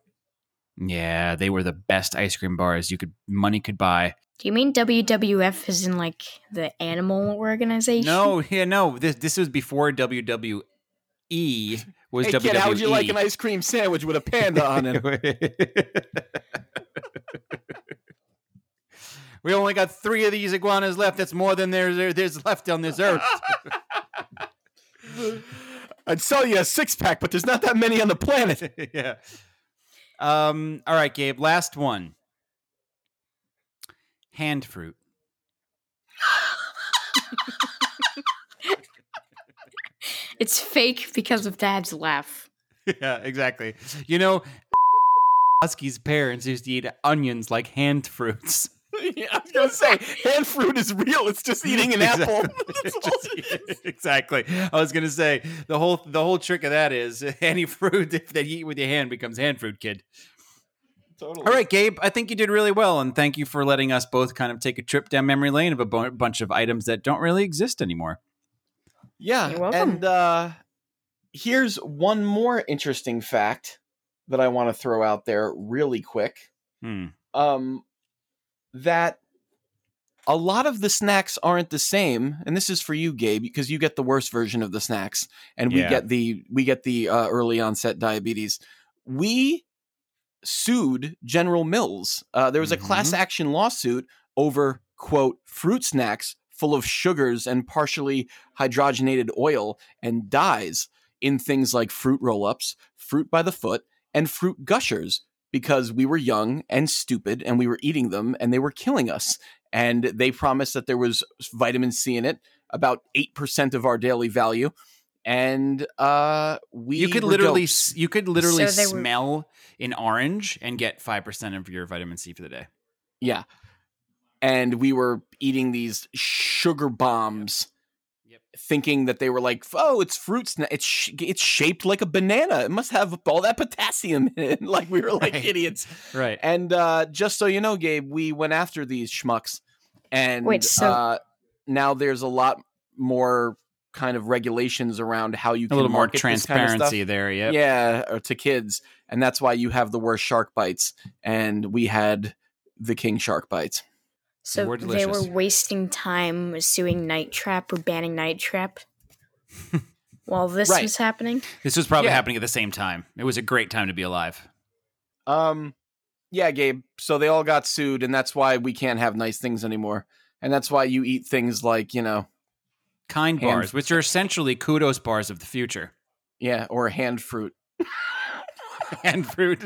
A: Yeah, they were the best ice cream bars you could money could buy.
D: Do you mean WWF is in like the animal organization?
A: No, yeah, no. This this was before WWE was E.
C: hey
A: WWE.
C: kid, how would you like an ice cream sandwich with a panda on it?
A: we only got three of these iguanas left. That's more than there, there- there's left on this earth.
C: I'd sell you a six pack, but there's not that many on the planet.
A: yeah. Um. All right, Gabe. Last one. Hand fruit.
D: It's fake because of Dad's laugh.
A: yeah, exactly. You know, Husky's parents used to eat onions like hand fruits.
C: Yeah, I was gonna say, hand fruit is real. It's just eating an apple.
A: exactly. I was gonna say the whole the whole trick of that is any fruit that you eat with your hand becomes hand fruit, kid.
C: Totally.
A: All right, Gabe. I think you did really well, and thank you for letting us both kind of take a trip down memory lane of a bu- bunch of items that don't really exist anymore.
C: Yeah.
D: You're welcome.
C: And uh, here's one more interesting fact that I want to throw out there really quick.
A: Hmm.
C: Um, that a lot of the snacks aren't the same, and this is for you, Gabe, because you get the worst version of the snacks, and we
A: Yeah.
C: get the we get the uh, early onset diabetes. We sued General Mills. Uh, there was a class action lawsuit over quote fruit snacks full of sugars and partially hydrogenated oil and dyes in things like fruit roll-ups, fruit by the foot, and fruit gushers because we were young and stupid and we were eating them and they were killing us. And they promised that there was vitamin C in it, about 8% of our daily value. And uh, we
A: you could
C: were
A: literally
C: doped.
A: s- you could literally
D: So they were-
A: smell an orange and get five percent of your vitamin C for the day.
C: Yeah. And we were eating these sugar bombs,
A: Yep.
C: thinking that they were like, oh, it's fruit snack. It's, sh- it's shaped like a banana. It must have all that potassium in it. like, we were like
A: Right.
C: idiots.
A: Right.
C: And uh, just so you know, Gabe, we went after these schmucks, and
D: Wait, so-
C: uh, now there's a lot more kind of regulations around how you
A: a
C: can
A: little more
C: market this kind of
A: transparency
C: stuff.
A: there. Yep.
C: Yeah, or to kids, and that's why you have the worst shark bites, and we had the king shark bites.
D: So
A: were
D: they were
A: delicious.
D: wasting time suing Night Trap or banning Night Trap while this
C: Right.
D: was happening.
A: This was probably
C: Yeah.
A: happening at the same time. It was a great time to be alive.
C: Um,
R: yeah, Gabe, so they all got sued, and that's why we can't have nice things anymore. And that's why you eat things like, you know,
A: kind
R: Hand-
A: bars, which are essentially kudos bars of the future.
R: yeah, or hand fruit.
A: hand fruit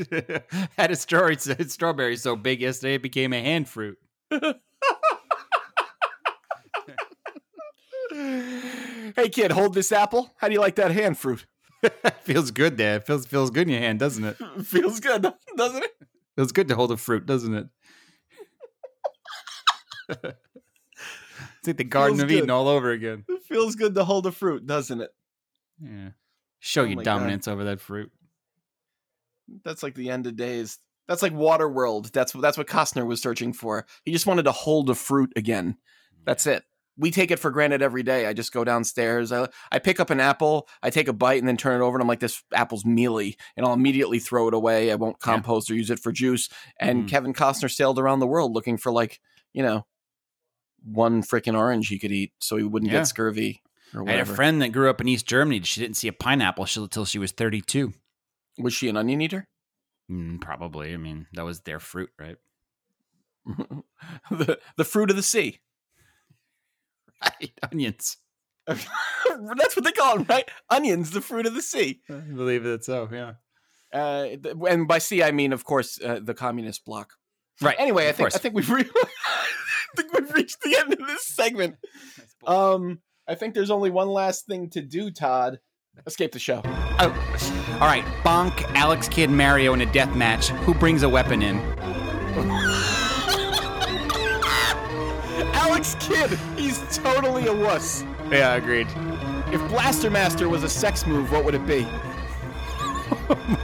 A: had a story, strawberry so big yesterday it became a hand fruit.
C: Hey kid, hold this apple. How do you like that hand fruit?
A: feels good there. It feels feels good in your hand, doesn't it?
C: Feels good, doesn't it?
A: Feels good to hold a fruit, doesn't it? it's like the Garden
C: Feels
A: of Eden
C: good.
A: all over again.
C: It feels good to hold a fruit, doesn't it?
A: Yeah. Show
C: Oh
A: your
C: my God.
A: dominance over that fruit.
C: That's like the end of days. That's like Waterworld. That's that's what Costner was searching for. He just wanted to hold a fruit again. That's it. We take it for granted every day. I just go downstairs. I I pick up an apple. I take a bite and then turn it over, and I'm like, this apple's mealy, and I'll immediately throw it away. I won't compost or use it for juice. And
A: Mhm.
C: Kevin Costner sailed around the world looking for like you know one freaking orange he could eat, so he wouldn't
A: Yeah.
C: get scurvy or
A: I had a
C: whatever.
A: friend that grew up in East Germany. She didn't see a pineapple until she was 32.
C: Was she an onion eater?
A: Mm, probably. I mean, that was their fruit, right?
C: the the fruit of the sea.
A: Right, onions.
C: That's what they call them, right? Onions, the fruit of the sea.
A: I believe it so. Yeah.
C: Uh, th- and by sea, I mean, of course, uh, the communist bloc.
A: Right.
C: Anyway, I
A: of
C: think I
A: course.
C: think we've re- I think we've reached the end of this segment. Um, I think there's only one last thing to do, Todd. Escape the show.
A: Oh, all right. Bonk, Alex Kidd, Mario in a death match. Who brings a weapon in?
C: Alex Kidd, he's totally a wuss.
A: Yeah, agreed.
C: If Blaster Master was a sex move, what would it be?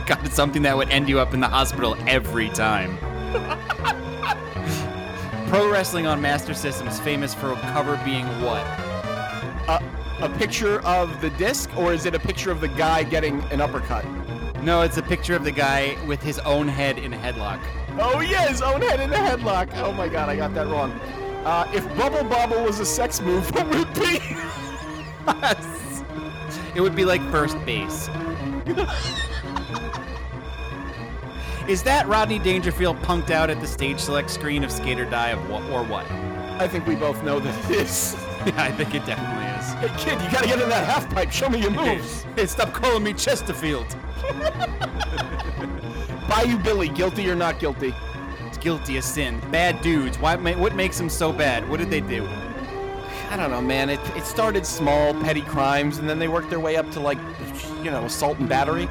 A: God, it's something that would end you up in the hospital every time. Pro wrestling on Master System is famous for a cover being what?
C: A, a picture of the disc, or is it a picture of the guy getting an uppercut?
A: No, it's a picture of the guy with his own head in a headlock.
C: Oh yeah, his own head in the headlock. Oh my god, I got that wrong. Uh, if Bubble Bobble was a sex move, what would it be?
A: It would be like first base. Is that Rodney Dangerfield punked out at the stage select screen of Skate or Die of what or what?
C: I think we both know that it is.
A: I think it definitely is.
C: Hey kid, you gotta get in that half pipe. Show me your moves.
A: Hey, stop calling me Chesterfield.
C: Bayou Billy, guilty or not guilty?
A: It's guilty of sin. Bad dudes. Why? ma- What makes them so bad? What did they do?
C: I don't know, man. It, it started small, petty crimes, and then they worked their way up to like, you know, assault and battery.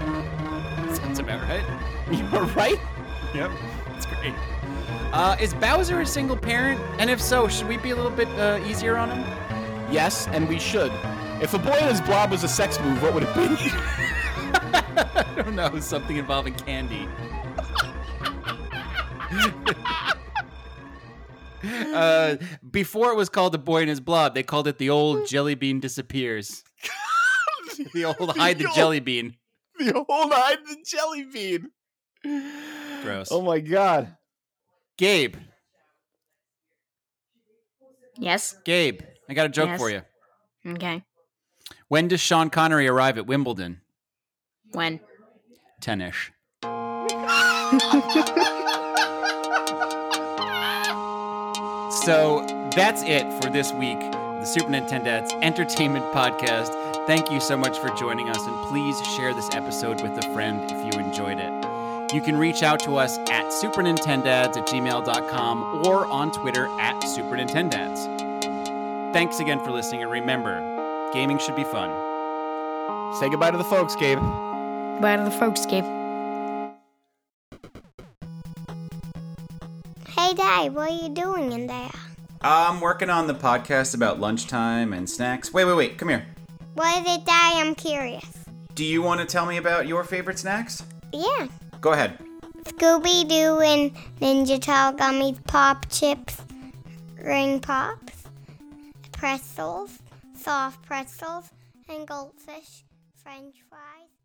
A: Sounds about right.
C: You were right.
A: Yep, that's great. Uh, is Bowser a single parent? And if so, should we be a little bit uh, easier on him?
C: Yes, and we should. If a boy in his blob was a sex move, what would it be?
A: I don't know. Something involving candy. uh, before it was called The Boy in His Blob, they called it The Old Jelly Bean Disappears. the old Hide the
C: old-
A: Jelly Bean.
C: the old hide the jelly bean.
A: Gross.
C: Oh my god.
A: Gabe,
D: Yes.
A: Gabe, I got a joke
D: Yes.
A: for you.
D: Okay.
A: When does Sean Connery arrive at Wimbledon?
D: When?
A: 10 ish. So that's it for this week, the Super Nintendats Entertainment Podcast. Thank you so much for joining us, and please share this episode with a friend if you enjoyed it. You can reach out to us at supernintendads at gmail.com or on Twitter at supernintendads. Thanks again for listening, and remember, gaming should be fun.
C: Say goodbye to the folks, Gabe.
D: Bye to the folks, Gabe.
M: Hey, Dad, what are you doing in there?
A: I'm working on the podcast about lunchtime and snacks. Wait, wait, wait, come here.
M: What is it, Dad? I'm curious.
A: Do you want to tell me about your favorite snacks?
M: Yeah.
A: Go ahead.
M: Scooby Doo and Ninja Tall Gummies, Pop Chips, Ring Pops, pretzels, soft pretzels, and goldfish, French fries.